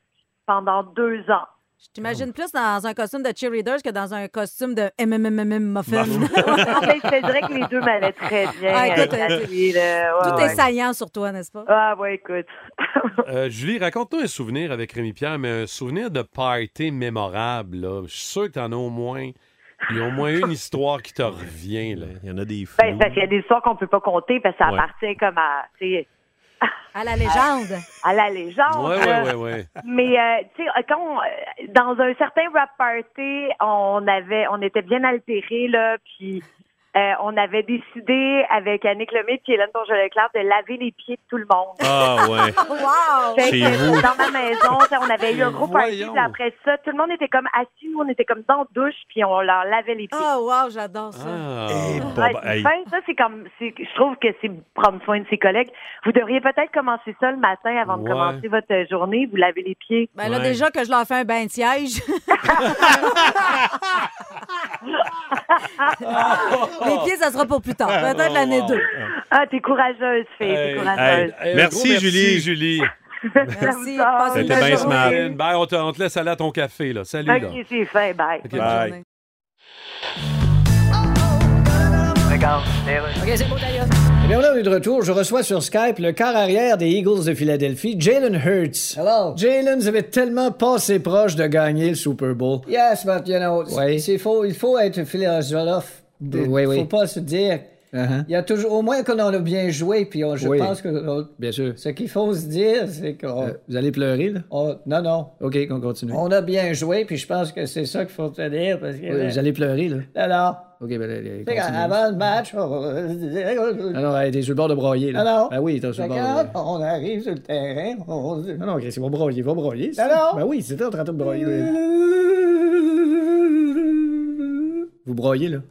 [SPEAKER 14] pendant deux ans.
[SPEAKER 5] Je
[SPEAKER 15] Oh.
[SPEAKER 5] t'imagine plus dans un costume de cheerleaders que dans un costume de MMMM muffin.
[SPEAKER 14] en fait, je te dirais que les deux m'allaient très bien.
[SPEAKER 5] Ah, écoute,
[SPEAKER 14] euh,
[SPEAKER 5] euh,
[SPEAKER 14] là-dessus, là. Ouais,
[SPEAKER 5] Tout
[SPEAKER 14] ouais.
[SPEAKER 5] est saillant sur toi, n'est-ce pas?
[SPEAKER 14] Ah, ouais, écoute.
[SPEAKER 3] Euh, Julie, raconte-nous un souvenir avec Rémi Pierre, mais un souvenir de party mémorable. là. Je suis sûr que t'en as au moins. Il y a au moins une histoire qui te revient. Là.
[SPEAKER 15] Il y en a des
[SPEAKER 14] Ben, parce qu'il y a des histoires qu'on peut pas compter parce que ça
[SPEAKER 3] Ouais.
[SPEAKER 14] appartient comme à, tu sais,
[SPEAKER 5] À
[SPEAKER 14] Euh,
[SPEAKER 5] la légende.
[SPEAKER 14] à la légende.
[SPEAKER 3] Ouais,
[SPEAKER 14] là.
[SPEAKER 3] ouais, ouais, ouais.
[SPEAKER 14] Mais euh, tu sais, euh, quand on, euh, dans un certain rap party, on avait, on était bien altérés là, puis euh, on avait décidé avec Annick Lemay et Hélène Bourgeois-Leclerc de laver les pieds de tout le monde.
[SPEAKER 15] Ah, ouais.
[SPEAKER 14] Wow!
[SPEAKER 15] Chez vous.
[SPEAKER 14] dans ma maison, tu sais, on avait eu un gros party.
[SPEAKER 5] Voyons.
[SPEAKER 14] puis Après ça, tout le monde était comme assis, nous, on était comme dans la douche, puis on leur lavait les pieds.
[SPEAKER 5] Oh, wow, j'adore
[SPEAKER 15] Eh,
[SPEAKER 5] ça.
[SPEAKER 15] Ah. bon,
[SPEAKER 14] Ouais,
[SPEAKER 15] ben,
[SPEAKER 14] c'est
[SPEAKER 15] hey.
[SPEAKER 14] fin, ça, c'est comme, c'est- je trouve que c'est prendre soin de ses collègues. Vous devriez peut-être commencer ça le matin avant de
[SPEAKER 5] Ouais.
[SPEAKER 14] commencer votre journée. Vous lavez les pieds.
[SPEAKER 5] Ben là, déjà que je leur fais un bain de siège. Les pieds, ça sera pour plus tard. Peut-être l'année 2.
[SPEAKER 14] Ah, t'es courageuse, fille. t'es courageuse.
[SPEAKER 3] Hey, un
[SPEAKER 15] Merci,
[SPEAKER 3] gros
[SPEAKER 15] Julie.
[SPEAKER 3] Julie.
[SPEAKER 5] Merci. Passe une
[SPEAKER 3] C'était
[SPEAKER 5] belle journée.
[SPEAKER 3] bien smart. Ben, on, te, on te laisse aller à ton café. Là. Salut. là.
[SPEAKER 14] Ok, c'est fin. Bye.
[SPEAKER 3] Ok, bye.
[SPEAKER 8] OK, c'est bon, d'ailleurs.
[SPEAKER 7] Eh bien, on est de retour. Je reçois sur Skype le quart arrière des Eagles de Philadelphie, Jalen Hurts. Hello. Jalen, vous avez tellement passé proche de gagner le Super Bowl.
[SPEAKER 8] Yes, but you know,
[SPEAKER 7] Oui.
[SPEAKER 8] c'est faux. Il faut être philosophe.
[SPEAKER 7] Oui, oui. Uh-huh.
[SPEAKER 8] Faut pas se dire. Il y a toujours, au moins qu'on en a bien joué, puis on- je
[SPEAKER 7] Oui.
[SPEAKER 8] pense que on-
[SPEAKER 7] Bien sûr.
[SPEAKER 8] ce qu'il faut se dire, c'est qu'on
[SPEAKER 7] Euh, vous allez pleurer, là?
[SPEAKER 8] on- non, non,
[SPEAKER 7] OK, on continue.
[SPEAKER 8] on a bien joué, puis je pense que c'est ça qu'il faut se dire, parce que
[SPEAKER 7] Oui, vous allez pleurer, là?
[SPEAKER 8] alors,
[SPEAKER 7] OK, ben, allez,
[SPEAKER 8] tu sais,
[SPEAKER 7] continuez.
[SPEAKER 8] avant le match, on...
[SPEAKER 7] Ah non, hey, t'es sur le bord de broyer, là.
[SPEAKER 8] Alors?
[SPEAKER 7] Ben oui, t'es sur
[SPEAKER 8] Ah Fait
[SPEAKER 7] le
[SPEAKER 8] que
[SPEAKER 7] bord de
[SPEAKER 8] quand
[SPEAKER 7] broyer.
[SPEAKER 8] on arrive sur le terrain, on se-
[SPEAKER 7] Non, non, Chris, il va broyer, il va broyer. c'est
[SPEAKER 8] Ah
[SPEAKER 7] ça.
[SPEAKER 8] non? Ah
[SPEAKER 7] Ben oui, c'était en train de broyer. Vous broyez,
[SPEAKER 8] Ah
[SPEAKER 7] là?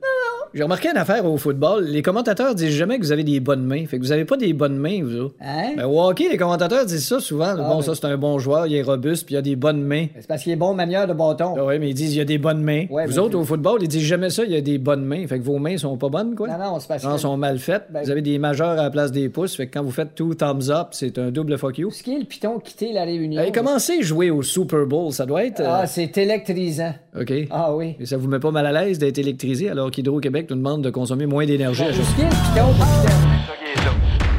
[SPEAKER 7] J'ai remarqué une affaire au football. Les commentateurs disent jamais que vous avez des bonnes mains. Fait que vous avez pas des bonnes mains, vous autres.
[SPEAKER 8] Hein?
[SPEAKER 7] Ben, au hockey, les commentateurs disent ça souvent. bon,
[SPEAKER 8] ben-
[SPEAKER 7] ça, c'est un bon joueur, il est robuste, puis il a des bonnes mains.
[SPEAKER 8] C'est parce qu'il est bon manieur de bâton.
[SPEAKER 7] Ah oui, mais ils disent il y a des bonnes mains.
[SPEAKER 8] Ouais,
[SPEAKER 7] vous
[SPEAKER 8] mais-
[SPEAKER 7] autres, au football, ils disent jamais ça, il y a des bonnes mains. Fait que vos mains sont pas bonnes, quoi.
[SPEAKER 8] Non, non, c'est parce
[SPEAKER 7] Non,
[SPEAKER 8] que-
[SPEAKER 7] sont mal faites.
[SPEAKER 8] Ben-
[SPEAKER 7] Vous avez des majeurs à la place des pouces. Fait que quand vous faites tout thumbs up, c'est un double fuck you.
[SPEAKER 8] Ce qui est le piton quitter la réunion.
[SPEAKER 7] Hey, commencez à jouer au Super Bowl, ça doit être. euh,
[SPEAKER 8] Ah, c'est électrisant.
[SPEAKER 7] OK.
[SPEAKER 8] Ah oui.
[SPEAKER 7] Et ça vous met pas mal à l'aise d'être électrisé alors qu'Hydro-Québec nous demande de consommer moins d'énergie à
[SPEAKER 8] Ce qui est le piton pour quitter-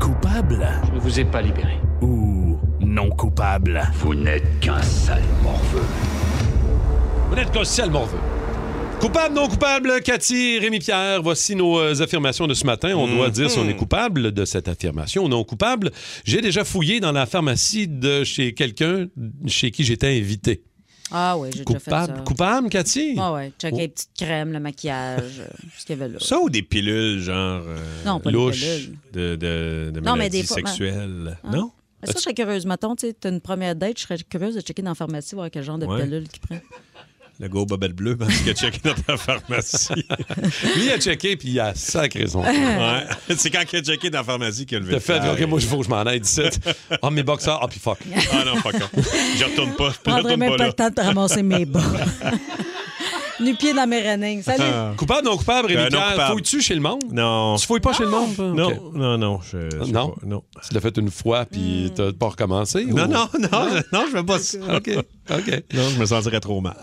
[SPEAKER 13] Coupable Je ne vous ai pas libéré. Ou non coupable Vous n'êtes qu'un sale morveux.
[SPEAKER 3] Vous n'êtes qu'un ciel morveux. Coupable, non coupable, Cathy, Rémi Pierre, voici nos euh, affirmations de ce matin. On
[SPEAKER 15] Mm.
[SPEAKER 3] doit dire si on est coupable de cette affirmation ou non coupable. J'ai déjà fouillé dans la pharmacie de chez quelqu'un chez qui j'étais invité.
[SPEAKER 5] Ah oui, j'ai déjà fait ça.
[SPEAKER 3] Coupable, coupable, Cathy?
[SPEAKER 5] Ah ouais, checker les petites crèmes, le maquillage, euh, ce qu'il y avait là.
[SPEAKER 6] Oh. Ça ou des pilules, genre euh,
[SPEAKER 5] Non, pas des
[SPEAKER 6] louches
[SPEAKER 5] pilules.
[SPEAKER 6] de, de, de
[SPEAKER 5] Non, mais
[SPEAKER 6] maladies
[SPEAKER 5] des fois, ben-
[SPEAKER 6] sexuelles?
[SPEAKER 5] Hein?
[SPEAKER 6] Non?
[SPEAKER 5] Mais ça, je serais curieuse. Mettons, tu sais, t'as une première date, je serais curieuse de checker dans la pharmacie, voir quel genre de
[SPEAKER 6] Ouais.
[SPEAKER 5] pilule qu'ils prennent.
[SPEAKER 6] Le gros bobette bleu, parce qu'il a checké dans ta pharmacie.
[SPEAKER 3] Lui, il a checké, puis il a sacré son.
[SPEAKER 6] ouais. C'est quand il a checké dans la pharmacie qu'il a levé.
[SPEAKER 3] T'as fait,
[SPEAKER 6] Ah,
[SPEAKER 3] OK, moi, il faut que je m'en aille d'ici. Ah, mes boxeurs, ah, puis fuck.
[SPEAKER 6] Ah non, fuck off. Je retourne pas.
[SPEAKER 5] Je
[SPEAKER 6] Je
[SPEAKER 5] prendrais
[SPEAKER 6] retourne
[SPEAKER 5] même
[SPEAKER 6] pas,
[SPEAKER 5] pas,
[SPEAKER 6] là.
[SPEAKER 5] le temps de te ramasser mes bas. nu pieds dans mes renings. Salut!
[SPEAKER 3] Coupable, non coupable, Rémi
[SPEAKER 6] Euh, non
[SPEAKER 3] Pierre,
[SPEAKER 6] coupable.
[SPEAKER 3] fouilles-tu chez le monde?
[SPEAKER 6] Non.
[SPEAKER 3] Tu fouilles pas chez le monde?
[SPEAKER 6] Non,
[SPEAKER 3] OK.
[SPEAKER 6] non, non. Je, je sais
[SPEAKER 3] Non?
[SPEAKER 6] pas, non.
[SPEAKER 3] Tu l'as fait une fois, puis t'as pas recommencé?
[SPEAKER 6] Non,
[SPEAKER 3] ou-
[SPEAKER 6] non, non, je, non, je veux pas ça.
[SPEAKER 3] OK, OK.
[SPEAKER 6] Non, je me sentirais trop mal.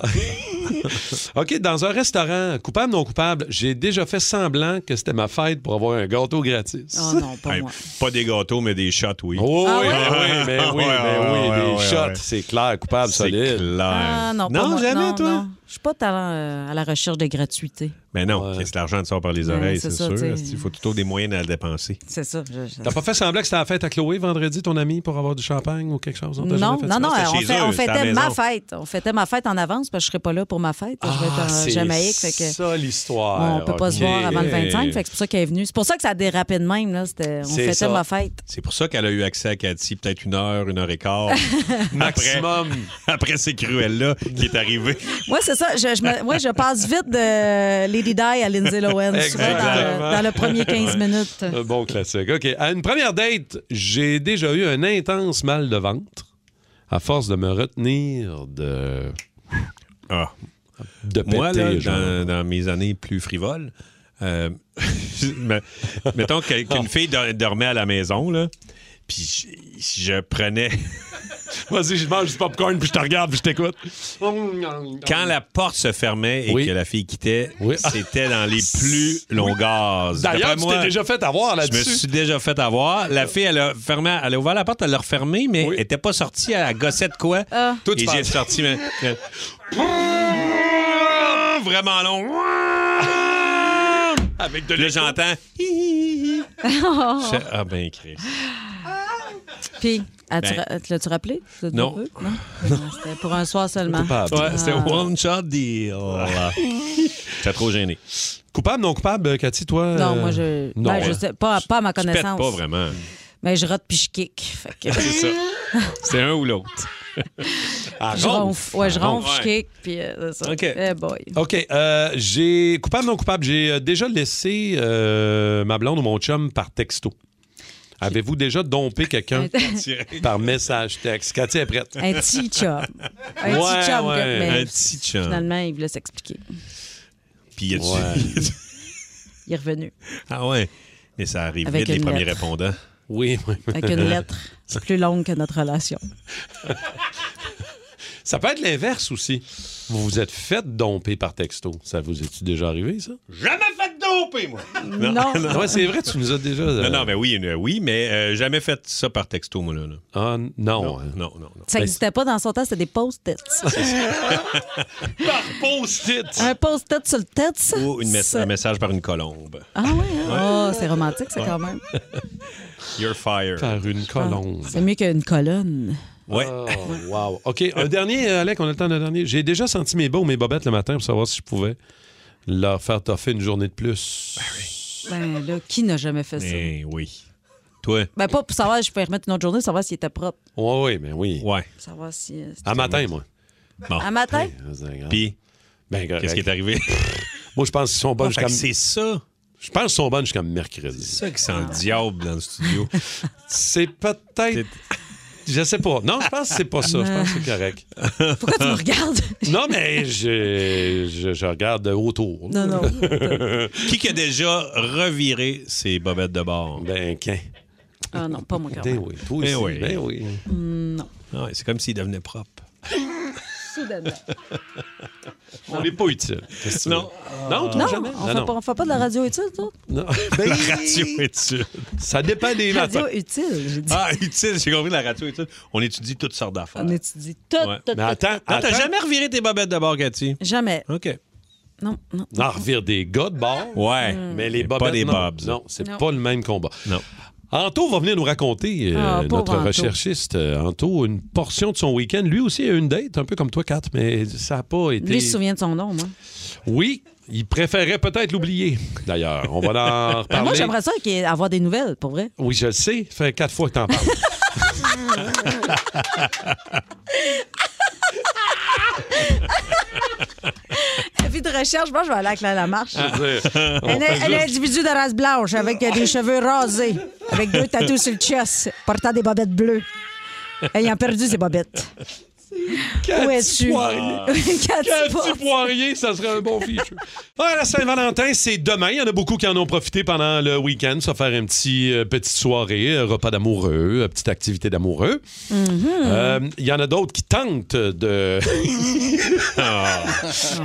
[SPEAKER 3] OK, dans un restaurant, coupable, non coupable, j'ai déjà fait semblant que c'était ma fête pour avoir un gâteau gratis.
[SPEAKER 5] Oh non, Ah pas
[SPEAKER 6] Hey,
[SPEAKER 5] moi.
[SPEAKER 6] pas des gâteaux, mais des shots, oui.
[SPEAKER 3] Oh oui, ben oui, ben oui,
[SPEAKER 6] Ouais,
[SPEAKER 3] ben
[SPEAKER 6] ouais,
[SPEAKER 3] oui,
[SPEAKER 6] ouais,
[SPEAKER 3] des
[SPEAKER 6] ouais,
[SPEAKER 3] shots,
[SPEAKER 6] ouais.
[SPEAKER 3] c'est clair, coupable,
[SPEAKER 6] C'est
[SPEAKER 3] solide.
[SPEAKER 6] clair.
[SPEAKER 5] Ah non, pas moi. non, non. Je suis pas talent euh, à la recherche de gratuité.
[SPEAKER 6] Mais non, c'est l'argent qui sort par les
[SPEAKER 5] Ouais,
[SPEAKER 6] oreilles,
[SPEAKER 5] Ben, c'est
[SPEAKER 6] c'est
[SPEAKER 5] ça,
[SPEAKER 6] sûr.
[SPEAKER 5] t'sais.
[SPEAKER 6] Il faut toujours des moyens de la dépenser.
[SPEAKER 5] C'est ça. je- je-
[SPEAKER 3] T'as pas fait semblant que c'était la fête à Chloé vendredi, ton ami, pour avoir du champagne ou quelque chose? T'as
[SPEAKER 5] Non,
[SPEAKER 3] jamais fait ça?
[SPEAKER 5] non, non, on,
[SPEAKER 6] chez
[SPEAKER 5] fait-
[SPEAKER 6] eux,
[SPEAKER 5] on
[SPEAKER 6] c'était à la
[SPEAKER 5] fêtait ma
[SPEAKER 6] maison.
[SPEAKER 5] fête. On fêtait ma fête en avance parce que je serais pas là pour ma fête. Je vais
[SPEAKER 3] Ah,
[SPEAKER 5] être en
[SPEAKER 3] c'est
[SPEAKER 5] Jamaïque. Fait que...
[SPEAKER 3] ça l'histoire.
[SPEAKER 5] On peut pas se
[SPEAKER 3] OK.
[SPEAKER 5] voir avant le 25, fait que c'est pour ça qu'elle est venue. C'est pour ça que ça a dérapé de même. Là. C'était- On
[SPEAKER 6] C'est
[SPEAKER 5] fêtait
[SPEAKER 6] ça.
[SPEAKER 5] ma fête.
[SPEAKER 6] C'est pour ça qu'elle a eu accès à Cathy peut-être une heure, une heure et quart.
[SPEAKER 3] Maximum.
[SPEAKER 6] Après, après ces cruelles-là qui est arrivé.
[SPEAKER 5] Oui, c'est ça. Je, je me- ouais, je passe vite de les Lady Di à Lindsay Lohan, souvent dans, le-
[SPEAKER 3] Exactement.
[SPEAKER 5] dans le premier 15
[SPEAKER 3] Ouais.
[SPEAKER 5] minutes.
[SPEAKER 3] Un bon classique. OK. À une première date, j'ai déjà eu un intense mal de ventre à force de me retenir de.
[SPEAKER 6] Ah.
[SPEAKER 3] De
[SPEAKER 6] Moi, là,
[SPEAKER 3] péter, genre.
[SPEAKER 6] dans, dans mes années plus frivoles, euh, me- mettons que- qu'une fille dor- dormait à la maison, là, puis je, je prenais...
[SPEAKER 3] Vas-y, je mange du popcorn, puis je te regarde, puis je t'écoute.
[SPEAKER 6] Quand la porte se fermait et que la fille quittait, c'était dans les plus longs gaz.
[SPEAKER 3] D'ailleurs,
[SPEAKER 6] D'après
[SPEAKER 3] tu
[SPEAKER 6] moi,
[SPEAKER 3] t'es déjà fait avoir
[SPEAKER 6] Je me
[SPEAKER 3] là-dessus.
[SPEAKER 6] suis déjà fait avoir. La fille, elle a, fermé, elle a ouvert la porte, elle l'a refermée, mais elle n'était pas sortie. Elle a gossé de quoi.
[SPEAKER 5] Ah.
[SPEAKER 3] Toi, tu
[SPEAKER 6] Et
[SPEAKER 3] penses-
[SPEAKER 6] j'ai sorti. mais- euh, Vraiment long. Avec de Là, j'entends. Je fais, Ah, ben, Chris.
[SPEAKER 5] Puis, as-tu
[SPEAKER 6] Ben.
[SPEAKER 5] ra- te l'as-tu rappelé? Ça te
[SPEAKER 6] Non.
[SPEAKER 5] veut? C'était pour un soir seulement.
[SPEAKER 3] ben.
[SPEAKER 6] Ouais, C'était
[SPEAKER 5] Ah.
[SPEAKER 6] one shot deal. T'es trop gêné.
[SPEAKER 3] Coupable, non coupable, Cathy, toi?
[SPEAKER 5] Non,
[SPEAKER 3] euh,
[SPEAKER 5] moi, je.
[SPEAKER 3] Non,
[SPEAKER 5] ben, je
[SPEAKER 3] hein.
[SPEAKER 5] sais- pas, pas à ma
[SPEAKER 6] Tu pètes
[SPEAKER 5] connaissance.
[SPEAKER 6] pas vraiment.
[SPEAKER 5] Mais je rote puis je kick. Fait que-
[SPEAKER 6] C'est ça. C'est un ou l'autre.
[SPEAKER 3] euh,
[SPEAKER 5] Je ronfle. Ouais, je ronfle, je
[SPEAKER 3] Ah, Ouais.
[SPEAKER 5] kick. Puis, euh, c'est ça.
[SPEAKER 3] OK.
[SPEAKER 5] Eh boy.
[SPEAKER 3] OK. euh, j'ai. Coupable, non coupable, j'ai euh, déjà laissé euh, ma blonde ou mon chum par texto. Avez-vous déjà dompé quelqu'un par message texte? Cathy est prête.
[SPEAKER 5] Un petit chum. Un
[SPEAKER 3] Ouais,
[SPEAKER 5] petit chum.
[SPEAKER 3] ouais,
[SPEAKER 5] que- mais
[SPEAKER 3] un petit chum.
[SPEAKER 5] Finalement, il voulait s'expliquer.
[SPEAKER 6] Puis, y a-tu-
[SPEAKER 5] Il est revenu.
[SPEAKER 6] Ah, ouais. Mais ça arrive
[SPEAKER 5] Avec
[SPEAKER 6] vite, les
[SPEAKER 5] une
[SPEAKER 6] premiers
[SPEAKER 5] lettre.
[SPEAKER 6] répondants.
[SPEAKER 3] Oui, oui.
[SPEAKER 5] Avec une lettre c'est plus longue que notre relation.
[SPEAKER 3] Ça peut être l'inverse aussi. Vous vous êtes fait domper par texto. Ça vous est-tu déjà arrivé, ça?
[SPEAKER 6] Jamais fait domper, moi!
[SPEAKER 3] Ah Ouais, c'est vrai, tu nous as déjà.
[SPEAKER 6] Non, non, mais oui, euh, oui, mais euh, jamais fait ça par texto, moi, là.
[SPEAKER 3] Ah, non. Non,
[SPEAKER 6] non, non.
[SPEAKER 5] Ça n'existait pas dans son temps, c'était des post-its.
[SPEAKER 6] par post-it!
[SPEAKER 5] un post-it sur le tête.
[SPEAKER 6] Ou une mes-
[SPEAKER 5] ça-
[SPEAKER 6] un message par une colombe.
[SPEAKER 5] Ah ouais, hein? Oh, c'est romantique, ça, quand même.
[SPEAKER 6] You're fired.
[SPEAKER 3] Par
[SPEAKER 5] Ah.
[SPEAKER 3] Ah, une colombe.
[SPEAKER 5] C'est mieux qu'une colonne.
[SPEAKER 6] Ouais.
[SPEAKER 3] Oh, wow. OK, un dernier, euh, Alec, on a le temps d'un dernier. J'ai déjà senti mes bas ou mes bobettes le matin pour savoir si je pouvais leur faire toffer une journée de plus.
[SPEAKER 5] Ben là, qui n'a jamais fait ça?
[SPEAKER 6] Eh oui. Toi?
[SPEAKER 5] Ben pas pour savoir si je peux y remettre une autre journée, savoir s'il était propre.
[SPEAKER 3] Oui, oui, mais ben oui.
[SPEAKER 6] Ouais.
[SPEAKER 5] Savoir si... euh,
[SPEAKER 3] À matin, moi.
[SPEAKER 6] Bon.
[SPEAKER 5] À matin?
[SPEAKER 6] Puis,
[SPEAKER 3] qu'est-ce
[SPEAKER 6] qui est arrivé?
[SPEAKER 3] moi, je pense qu'ils sont
[SPEAKER 6] Ah,
[SPEAKER 3] bons
[SPEAKER 6] Ben, fait
[SPEAKER 3] jusqu'à...
[SPEAKER 6] que c'est ça.
[SPEAKER 3] Je pense qu'ils sont bons jusqu'à mercredi.
[SPEAKER 6] C'est ça qui sent le diable dans le studio.
[SPEAKER 3] c'est peut-être... Je sais pas. Non, je pense que c'est pas ça. Je pense que c'est correct.
[SPEAKER 5] Pourquoi tu me regardes?
[SPEAKER 3] Non, mais je, je, je regarde autour.
[SPEAKER 5] Non, non.
[SPEAKER 6] qui qui a déjà reviré ses bobettes de bord?
[SPEAKER 3] Ben, qu'un.
[SPEAKER 5] Ah non, pas moi, quand
[SPEAKER 3] Ben
[SPEAKER 5] même.
[SPEAKER 3] oui, toi aussi.
[SPEAKER 6] Ben oui.
[SPEAKER 3] Ben oui.
[SPEAKER 5] Hmm, non.
[SPEAKER 6] Ah Ouais, c'est comme s'il devenait propre.
[SPEAKER 5] Soudainement.
[SPEAKER 3] On n'est pas utile. Qu'est-ce que tu veux?
[SPEAKER 6] Non.
[SPEAKER 3] Non, toi,
[SPEAKER 5] Non,
[SPEAKER 3] jamais.
[SPEAKER 5] on, fait Pas, on fait pas de la radio utile, toi?
[SPEAKER 3] Non.
[SPEAKER 6] La radio étude.
[SPEAKER 3] Ça dépend des
[SPEAKER 5] Radio utile, j'ai dit.
[SPEAKER 6] Ah, utile, j'ai compris la radio étude. On étudie toutes sortes d'affaires.
[SPEAKER 5] On étudie tout,
[SPEAKER 6] Ouais.
[SPEAKER 5] tout, tout.
[SPEAKER 6] Non, t'as
[SPEAKER 3] attends.
[SPEAKER 6] jamais reviré tes bobettes de bord, Cathy?
[SPEAKER 5] Jamais.
[SPEAKER 6] OK.
[SPEAKER 5] Non, non.
[SPEAKER 3] On en revire des gars de bord.
[SPEAKER 6] Ouais.
[SPEAKER 3] Ah. Mais les
[SPEAKER 6] Mais
[SPEAKER 3] bobs.
[SPEAKER 6] pas des
[SPEAKER 3] non.
[SPEAKER 6] bobs.
[SPEAKER 3] Non, c'est
[SPEAKER 5] Non.
[SPEAKER 3] pas le même combat.
[SPEAKER 6] Non.
[SPEAKER 3] Anto va venir nous raconter, euh,
[SPEAKER 5] Ah, pauvre
[SPEAKER 3] notre
[SPEAKER 5] Anto.
[SPEAKER 3] recherchiste. euh, Anto, une portion de son week-end. Lui aussi a eu une date, un peu comme toi, Kat, mais ça n'a pas été.
[SPEAKER 5] Lui, je me souviens de son nom, moi.
[SPEAKER 3] Oui, il préférait peut-être l'oublier, d'ailleurs. On va en
[SPEAKER 5] Mais
[SPEAKER 3] reparler.
[SPEAKER 5] Ben, moi, j'aimerais ça qu'il y ait- avoir des nouvelles, pour vrai.
[SPEAKER 3] Oui, je le sais. Ça fait quatre fois que t'en parles.
[SPEAKER 5] La vie de recherche, moi, je vais aller avec la, la marche.
[SPEAKER 3] Je veux dire, on
[SPEAKER 5] Un,
[SPEAKER 3] fait
[SPEAKER 5] un
[SPEAKER 3] juste-
[SPEAKER 5] individu de race blanche avec euh, des cheveux rasés, avec deux tatous sur le chest, portant des bobettes bleues, ayant perdu ses bobettes. Où es-tu? Cathy Poirier.
[SPEAKER 3] Cathy Poirier, ça serait un bon fichu. Ah, la Saint-Valentin, c'est demain. Il y en a beaucoup qui en ont profité pendant le week-end. Ça faire une petite, euh, petite soirée, un repas d'amoureux, une petite activité d'amoureux. Euh, Il y en a d'autres qui tentent de. Ah.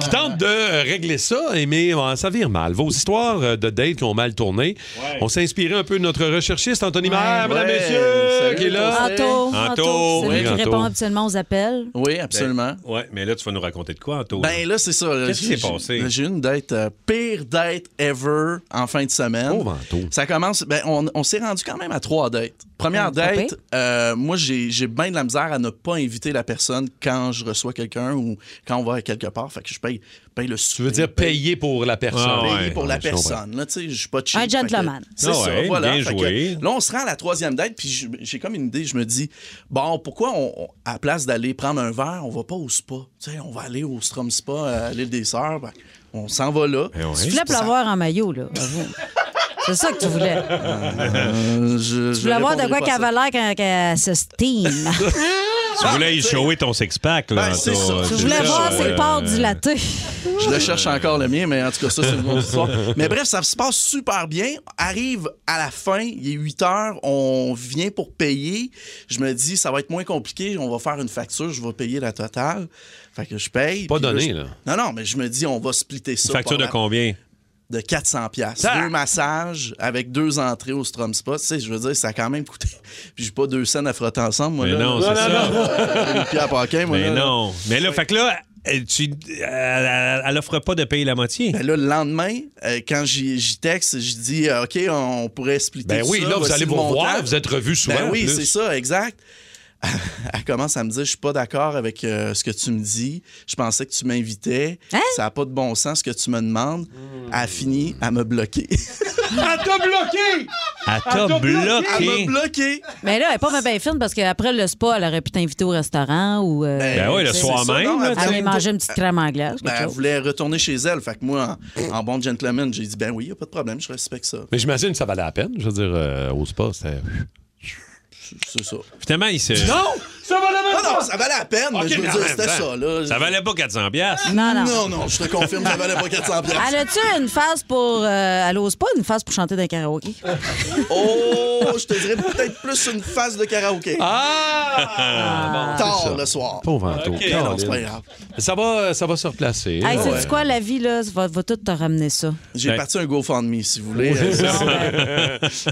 [SPEAKER 3] qui tentent de régler ça, et mais euh, ça vire mal. Vos histoires euh, de dates qui ont mal tourné. On s'est inspiré un peu de notre recherchiste, Anthony Maher, mesdames,
[SPEAKER 16] Ouais.
[SPEAKER 3] messieurs,
[SPEAKER 16] Salut,
[SPEAKER 3] qui est là.
[SPEAKER 5] Anto, Anto, c'est
[SPEAKER 3] Oui,
[SPEAKER 5] lui qui
[SPEAKER 3] Anto.
[SPEAKER 5] répond habituellement aux appels.
[SPEAKER 16] Oui, absolument.
[SPEAKER 6] Ben, ouais, mais là, tu vas nous raconter de quoi, Anto?
[SPEAKER 16] Ben là, c'est ça.
[SPEAKER 6] Qu'est-ce qui s'est
[SPEAKER 16] J'ai-
[SPEAKER 6] passé?
[SPEAKER 16] J'ai eu une date, euh, pire date ever en fin de semaine. Ça commence, ben on, on s'est rendu quand même à trois dates. Première
[SPEAKER 5] Ah,
[SPEAKER 17] Hum, pas
[SPEAKER 16] date, euh, moi j'ai, j'ai bien de la misère à ne pas inviter la personne quand je reçois quelqu'un ou quand on va faire quelque part, fait que je paye, paye ben, le
[SPEAKER 3] Tu veux dire payer pour la personne.
[SPEAKER 6] Ah,
[SPEAKER 16] Payer pour la personne. Là, tu sais, je suis pas cheap.
[SPEAKER 5] Un gentleman.
[SPEAKER 16] Fait que- C'est
[SPEAKER 3] Ah
[SPEAKER 16] ça,
[SPEAKER 3] ouais,
[SPEAKER 16] voilà.
[SPEAKER 3] bien
[SPEAKER 16] Fait que
[SPEAKER 3] joué.
[SPEAKER 16] là, on se rend à la troisième date, puis je- j'ai comme une idée. Je me dis, bon, pourquoi, on, on- à place d'aller prendre un verre, on va pas au spa? Tu sais, on va aller au Strom Spa à l'île des Sœurs. ben, on s'en va là.
[SPEAKER 3] Eh
[SPEAKER 5] Tu voulais pleuvoir en maillot, là. avoue. C'est ça que tu voulais.
[SPEAKER 16] Euh, je-
[SPEAKER 5] Tu
[SPEAKER 16] je
[SPEAKER 5] voulais voir de quoi
[SPEAKER 16] répondrai pas à
[SPEAKER 5] qu'elle
[SPEAKER 16] ça.
[SPEAKER 5] avait l'air quand qu'elle se steam.
[SPEAKER 6] Tu voulais y shower ton six-pack. là,
[SPEAKER 16] Ben, c'est
[SPEAKER 6] ton-
[SPEAKER 16] ça.
[SPEAKER 6] euh,
[SPEAKER 5] Tu voulais
[SPEAKER 16] ça,
[SPEAKER 5] voir ses
[SPEAKER 16] euh,
[SPEAKER 5] pores dilatées.
[SPEAKER 16] Je le cherche encore le mien, mais en tout cas, ça, c'est une autre histoire. Mais bref, ça se passe super bien. Arrive à la fin, il est 8 heures, on vient pour payer. Je me dis, ça va être moins compliqué, on va faire une facture, je vais payer la totale. Fait que je paye.
[SPEAKER 3] Pas
[SPEAKER 16] puis
[SPEAKER 3] donné,
[SPEAKER 16] je-
[SPEAKER 3] là.
[SPEAKER 16] Non, non, mais je me dis, on va splitter ça.
[SPEAKER 6] Facture de
[SPEAKER 16] pendant-
[SPEAKER 6] combien?
[SPEAKER 16] de 400 pièces deux massages avec deux entrées au Strom Spa tu sais je veux dire ça a quand même coûté puis j'ai pas deux scènes à frotter ensemble moi
[SPEAKER 6] Mais
[SPEAKER 16] là.
[SPEAKER 6] non, c'est ça.
[SPEAKER 16] Une pierre à Paquin, moi
[SPEAKER 6] Mais
[SPEAKER 16] là, là.
[SPEAKER 6] non. Mais là, fait que là, elle- tu- elle- elle elle offre pas de payer la moitié.
[SPEAKER 16] Ben là, le lendemain, euh, quand j'y j'y texte, je dis euh, OK, on pourrait splitter
[SPEAKER 3] Ben
[SPEAKER 16] tout
[SPEAKER 3] oui,
[SPEAKER 16] ça,
[SPEAKER 3] là, vous
[SPEAKER 16] voici
[SPEAKER 3] allez
[SPEAKER 16] le
[SPEAKER 3] vous revoir,
[SPEAKER 16] montant.
[SPEAKER 3] vous êtes revus souvent,
[SPEAKER 16] Ben
[SPEAKER 3] en
[SPEAKER 16] oui,
[SPEAKER 3] plus.
[SPEAKER 16] c'est ça, exact. Elle commence à me dire Je suis pas d'accord avec euh, ce que tu me dis. Je pensais que tu m'invitais.
[SPEAKER 5] Hein?
[SPEAKER 16] Ça n'a pas de bon sens ce que tu me demandes. Elle a fini à me bloquer.
[SPEAKER 12] Elle t'a bloqué!
[SPEAKER 16] Elle
[SPEAKER 12] t'a bloqué.
[SPEAKER 16] Elle m'a bloqué!
[SPEAKER 5] Mais là, elle n'est pas bien, bien fine parce qu'après le spa, elle aurait pu t'inviter au restaurant ou. euh,
[SPEAKER 16] Ben oui, le
[SPEAKER 5] tu sais,
[SPEAKER 16] soir
[SPEAKER 5] c'est ça,
[SPEAKER 16] même,
[SPEAKER 5] non,
[SPEAKER 16] là,
[SPEAKER 5] Elle
[SPEAKER 16] tu sais.
[SPEAKER 5] allait manger une petite crème anglaise.
[SPEAKER 16] Ben,
[SPEAKER 5] quelque
[SPEAKER 16] elle
[SPEAKER 5] chose.
[SPEAKER 16] voulait retourner chez elle. Fait que
[SPEAKER 6] Ah.
[SPEAKER 16] moi, en, en bon gentleman, j'ai dit Ben oui, y a pas de problème, je respecte ça.
[SPEAKER 3] Mais j'imagine que ça valait la peine. Je veux dire, euh, au spa, c'était.
[SPEAKER 16] C'est ça.
[SPEAKER 6] Finalement, il se.
[SPEAKER 16] Non!
[SPEAKER 12] Ça va la
[SPEAKER 16] Non, non, ça valait la peine, mais
[SPEAKER 6] Ok,
[SPEAKER 16] je veux
[SPEAKER 6] mais en
[SPEAKER 16] dire,
[SPEAKER 6] même
[SPEAKER 16] c'était
[SPEAKER 6] temps,
[SPEAKER 16] ça, là.
[SPEAKER 6] Ça valait pas 400 piastres.
[SPEAKER 5] Non, non.
[SPEAKER 16] Non, non, je te confirme, ça valait pas 400 piastres.
[SPEAKER 5] Elle a-tu une phase pour. euh, elle ose pas une phase pour chanter d'un karaoké?
[SPEAKER 16] Oh, je te dirais peut-être plus une phase de karaoké.
[SPEAKER 3] Ah!
[SPEAKER 16] Tard le soir.
[SPEAKER 3] Pauvre Anto.
[SPEAKER 16] Ok, non, c'est pas
[SPEAKER 3] Caroline.
[SPEAKER 16] grave.
[SPEAKER 3] Ça va, ça va se replacer.
[SPEAKER 5] Hey,
[SPEAKER 3] Ouais.
[SPEAKER 5] sais-tu quoi, la vie, là, va, va tout te ramener ça.
[SPEAKER 16] J'ai
[SPEAKER 3] Ben-
[SPEAKER 16] parti un GoFundMe, si vous voulez.
[SPEAKER 3] Oui,
[SPEAKER 16] Euh,
[SPEAKER 3] c'est ça.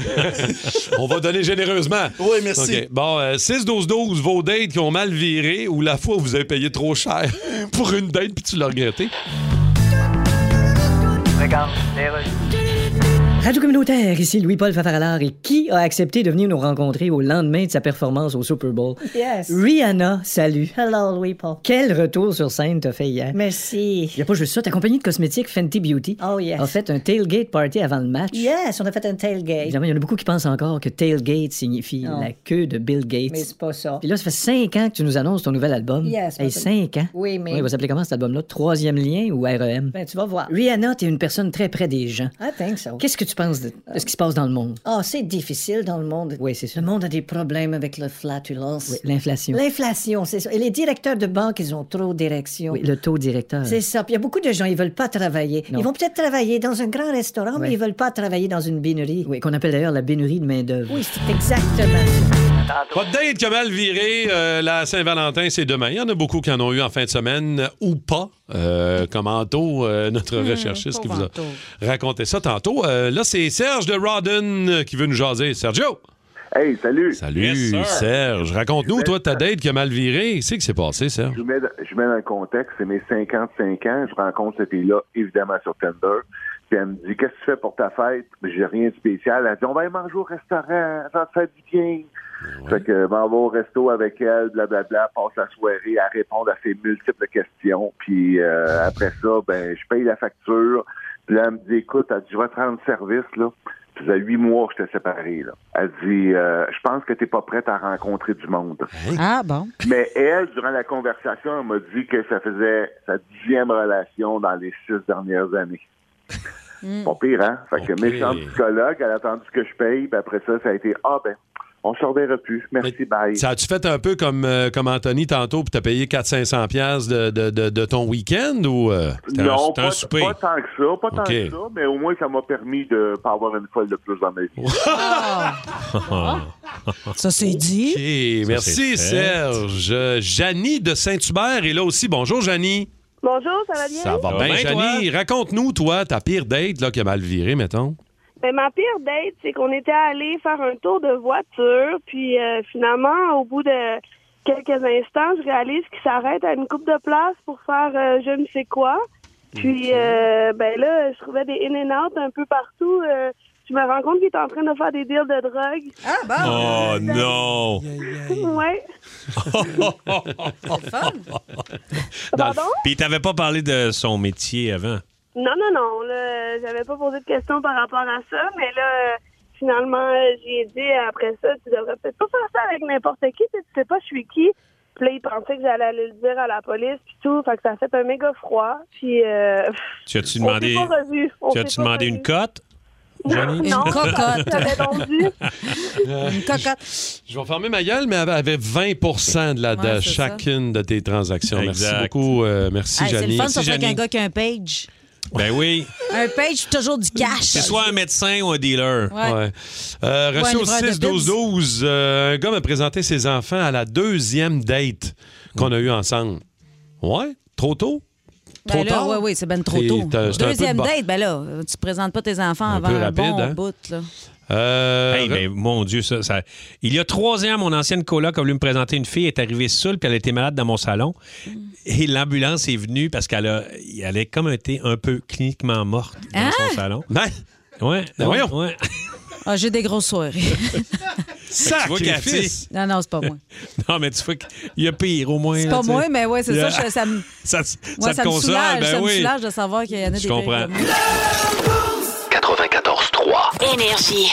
[SPEAKER 3] On va donner généreusement.
[SPEAKER 16] Oui, merci.
[SPEAKER 3] OK. Bon, euh, 6-12-12, vos dates qui ont mal viré ou la fois où vous avez payé trop cher pour une date puis tu l'as regretté.
[SPEAKER 2] Regarde,
[SPEAKER 8] Radio communautaire, ici Louis-Paul Fafaralard. Et qui a accepté de venir nous rencontrer au lendemain de sa performance au Super Bowl?
[SPEAKER 17] Yes.
[SPEAKER 8] Rihanna, salut.
[SPEAKER 17] Hello, Louis-Paul.
[SPEAKER 8] Quel retour sur scène t'as fait hier?
[SPEAKER 17] Merci.
[SPEAKER 8] Y a pas juste ça, ta compagnie de cosmétiques Fenty Beauty
[SPEAKER 17] Oh, yes.
[SPEAKER 8] a fait un tailgate party avant le match.
[SPEAKER 17] Yes, on a fait un tailgate.
[SPEAKER 8] Évidemment, il y en a beaucoup qui pensent encore que tailgate signifie
[SPEAKER 17] Non.
[SPEAKER 8] la queue de Bill Gates.
[SPEAKER 17] Mais c'est pas ça.
[SPEAKER 8] Puis là, ça fait cinq ans que tu nous annonces ton nouvel album.
[SPEAKER 17] Yes,
[SPEAKER 8] Hey,
[SPEAKER 17] mais-
[SPEAKER 8] cinq ans.
[SPEAKER 17] Oui, mais-
[SPEAKER 8] il va s'appeler comment cet album-là? Troisième lien ou REM?
[SPEAKER 17] Ben, tu vas voir.
[SPEAKER 8] Rihanna, t'es une personne très près des gens.
[SPEAKER 17] I think so.
[SPEAKER 8] Qu'est-ce que tu penses de, de ce qui se passe dans le monde?
[SPEAKER 17] Ah, c'est difficile dans le monde.
[SPEAKER 8] Oui, c'est ça.
[SPEAKER 17] Le monde a des problèmes avec la flatulence.
[SPEAKER 8] Oui, l'inflation.
[SPEAKER 17] L'inflation, c'est ça. Et les directeurs de banque, ils ont trop d'érections.
[SPEAKER 8] Oui, le taux directeur.
[SPEAKER 17] C'est ça. Puis il y a beaucoup de gens, ils veulent pas travailler.
[SPEAKER 8] Non.
[SPEAKER 17] Ils vont peut-être travailler dans un grand restaurant, mais
[SPEAKER 8] Ouais.
[SPEAKER 17] ils veulent pas travailler dans une binerie.
[SPEAKER 8] Oui, qu'on appelle d'ailleurs la bénurie de main-d'œuvre.
[SPEAKER 17] Oui, c'est exactement ça.
[SPEAKER 3] Votre date qui a mal viré, euh, la Saint-Valentin, c'est demain. Il y en a beaucoup qui en ont eu en fin de semaine euh, ou pas, euh, comme Anto, euh, notre recherchiste qui vous a
[SPEAKER 2] pauvre
[SPEAKER 3] raconté ça tantôt. Euh, là, c'est Serge de Rodden euh, qui veut nous jaser. Sergio!
[SPEAKER 18] Hey, salut!
[SPEAKER 3] Salut,
[SPEAKER 18] Yes, sir.
[SPEAKER 3] Serge. Raconte-nous, toi, ta date qui a mal viré. C'est que c'est passé, Serge?
[SPEAKER 18] Je vous mets, je vous mets dans le contexte, c'est mes 55 ans, je rencontre cette fille-là, évidemment, sur Tinder. Puis elle me dit, qu'est-ce que tu fais pour ta fête? J'ai rien de spécial. Elle dit, on va aller manger au restaurant, ça te fait du bien. Fait que, je m'en vais au resto avec elle, blablabla, passe la soirée à répondre à ses multiples questions. Puis euh, après ça, ben, je paye la facture. Puis là, elle me dit, écoute, elle dit, je vais te rendre service, là. Ça faisait huit mois que j'étais séparé, là. Elle dit, euh, je pense que t'es pas prête à rencontrer du monde.
[SPEAKER 5] Ah, bon.
[SPEAKER 18] Mais elle, durant la conversation, elle m'a dit que ça faisait sa dixième relation dans les six dernières années.
[SPEAKER 19] Hmm.
[SPEAKER 18] Pas pire, hein? Fait que méchant psychologue, elle a attendu que je paye, puis après ça, ça a été Ah ben, on se reverra plus. Merci, bye.
[SPEAKER 3] Ça a-tu fait un peu comme, euh, comme Anthony tantôt, puis t'as payé 400-500$ piastres de, de, de, de ton week-end ou euh, c'était un-
[SPEAKER 18] Non,
[SPEAKER 3] c'était
[SPEAKER 18] pas,
[SPEAKER 3] un souper?
[SPEAKER 18] pas tant que ça, pas tant
[SPEAKER 3] Ok.
[SPEAKER 18] que ça, mais au moins ça m'a permis de pas avoir une folle de plus dans ma vie.
[SPEAKER 5] Ça, c'est dit.
[SPEAKER 3] merci,
[SPEAKER 18] c'est fait.
[SPEAKER 3] Serge. Euh, Janie de Saint-Hubert est là aussi. Bonjour, Janie.
[SPEAKER 19] Bonjour, ça va bien?
[SPEAKER 3] Ça va bien, Janie. Raconte-nous, toi, ta pire date là, qui a mal viré, mettons.
[SPEAKER 19] Ben, ma pire date, c'est qu'on était allé faire un tour de voiture, puis euh, finalement, au bout de quelques instants, je réalise qu'il s'arrête à une coupe de place pour faire euh, je ne sais quoi. Puis, euh, ben là, je trouvais des in and out un peu partout. euh, je me rends compte qu'il est en train de faire des deals de drogue. Ah,
[SPEAKER 3] Oh non!
[SPEAKER 19] Ouais.
[SPEAKER 6] Dans le-
[SPEAKER 19] Pardon?
[SPEAKER 6] Puis t'avais pas parlé de son métier avant.
[SPEAKER 19] Non, non, non. Là, j'avais pas posé de questions par rapport à ça, mais là, euh, finalement, euh, j'ai dit après ça, tu devrais peut-être pas faire ça avec n'importe qui. Tu sais, tu sais pas, je suis qui. Puis là, il pensait que j'allais aller le dire à la police, puis tout. Fait que ça a fait un méga froid. Puis. euh,
[SPEAKER 6] Tu as-tu
[SPEAKER 19] on
[SPEAKER 6] demandé,
[SPEAKER 19] s'est pas revus. On
[SPEAKER 6] tu
[SPEAKER 19] s'est
[SPEAKER 6] as-tu
[SPEAKER 19] pas
[SPEAKER 6] demandé
[SPEAKER 19] revus.
[SPEAKER 6] une cote? Johnny?
[SPEAKER 19] Non, j'avais donc dit.
[SPEAKER 3] Une
[SPEAKER 5] cocotte.
[SPEAKER 3] Je vais fermer ma gueule, mais elle avait 20 de, la, de
[SPEAKER 5] Ouais, c'est ça.
[SPEAKER 3] chacune de tes transactions. Merci
[SPEAKER 6] Exact.
[SPEAKER 3] beaucoup. euh, merci,
[SPEAKER 5] Hey, c'est le
[SPEAKER 3] Janine.
[SPEAKER 5] fun, surtout avec un gars qui a un page.
[SPEAKER 6] Ben oui.
[SPEAKER 5] Un page, toujours du cash.
[SPEAKER 6] C'est soit un médecin ou un dealer.
[SPEAKER 5] Ouais.
[SPEAKER 3] Ouais. Euh,
[SPEAKER 5] Ouais,
[SPEAKER 3] reçu
[SPEAKER 5] un
[SPEAKER 3] au
[SPEAKER 5] livreur de
[SPEAKER 3] 6-12-12, euh, un gars m'a présenté ses enfants à la deuxième date qu'on a eue ensemble. Ouais, trop tôt? Trop
[SPEAKER 5] Ben là,
[SPEAKER 3] tard?
[SPEAKER 5] oui, oui, c'est ben trop
[SPEAKER 3] Et
[SPEAKER 5] tôt.
[SPEAKER 3] t'as- c'est un peu de
[SPEAKER 5] Deuxième
[SPEAKER 3] ba-
[SPEAKER 5] date, ben là, tu présentes pas tes enfants avant
[SPEAKER 6] peu
[SPEAKER 5] un
[SPEAKER 6] rapide,
[SPEAKER 5] bon
[SPEAKER 6] hein?
[SPEAKER 5] bout, là.
[SPEAKER 3] Euh,
[SPEAKER 6] Hey, ben, mon Dieu, ça, ça- Il y a trois ans, mon ancienne coloc a voulu me présenter une fille, elle est arrivée seule, puis elle était malade dans mon salon. Et l'ambulance est venue parce qu'elle a... elle est comme été un peu cliniquement morte dans
[SPEAKER 5] Hein?
[SPEAKER 6] son salon. Ouais,
[SPEAKER 3] Ben
[SPEAKER 6] ouais,
[SPEAKER 3] voyons.
[SPEAKER 6] ouais.
[SPEAKER 5] Ah, j'ai des grosses soirées.
[SPEAKER 6] Sacrifice. Tu vois, Cathy-
[SPEAKER 5] Non, non, c'est pas moi.
[SPEAKER 6] Non, mais tu vois qu'il y a pire au moins.
[SPEAKER 5] C'est
[SPEAKER 6] là,
[SPEAKER 5] pas
[SPEAKER 6] tu sais.
[SPEAKER 5] moi, mais ouais, c'est
[SPEAKER 6] Yeah.
[SPEAKER 5] ça, je- ça me-
[SPEAKER 6] ça, te-
[SPEAKER 5] Moi,
[SPEAKER 6] te
[SPEAKER 5] ça, me
[SPEAKER 6] console,
[SPEAKER 5] soulage,
[SPEAKER 6] ben
[SPEAKER 5] ça me
[SPEAKER 6] oui.
[SPEAKER 5] soulage de savoir qu'il y en a des
[SPEAKER 6] Je comprends.
[SPEAKER 5] Énergie.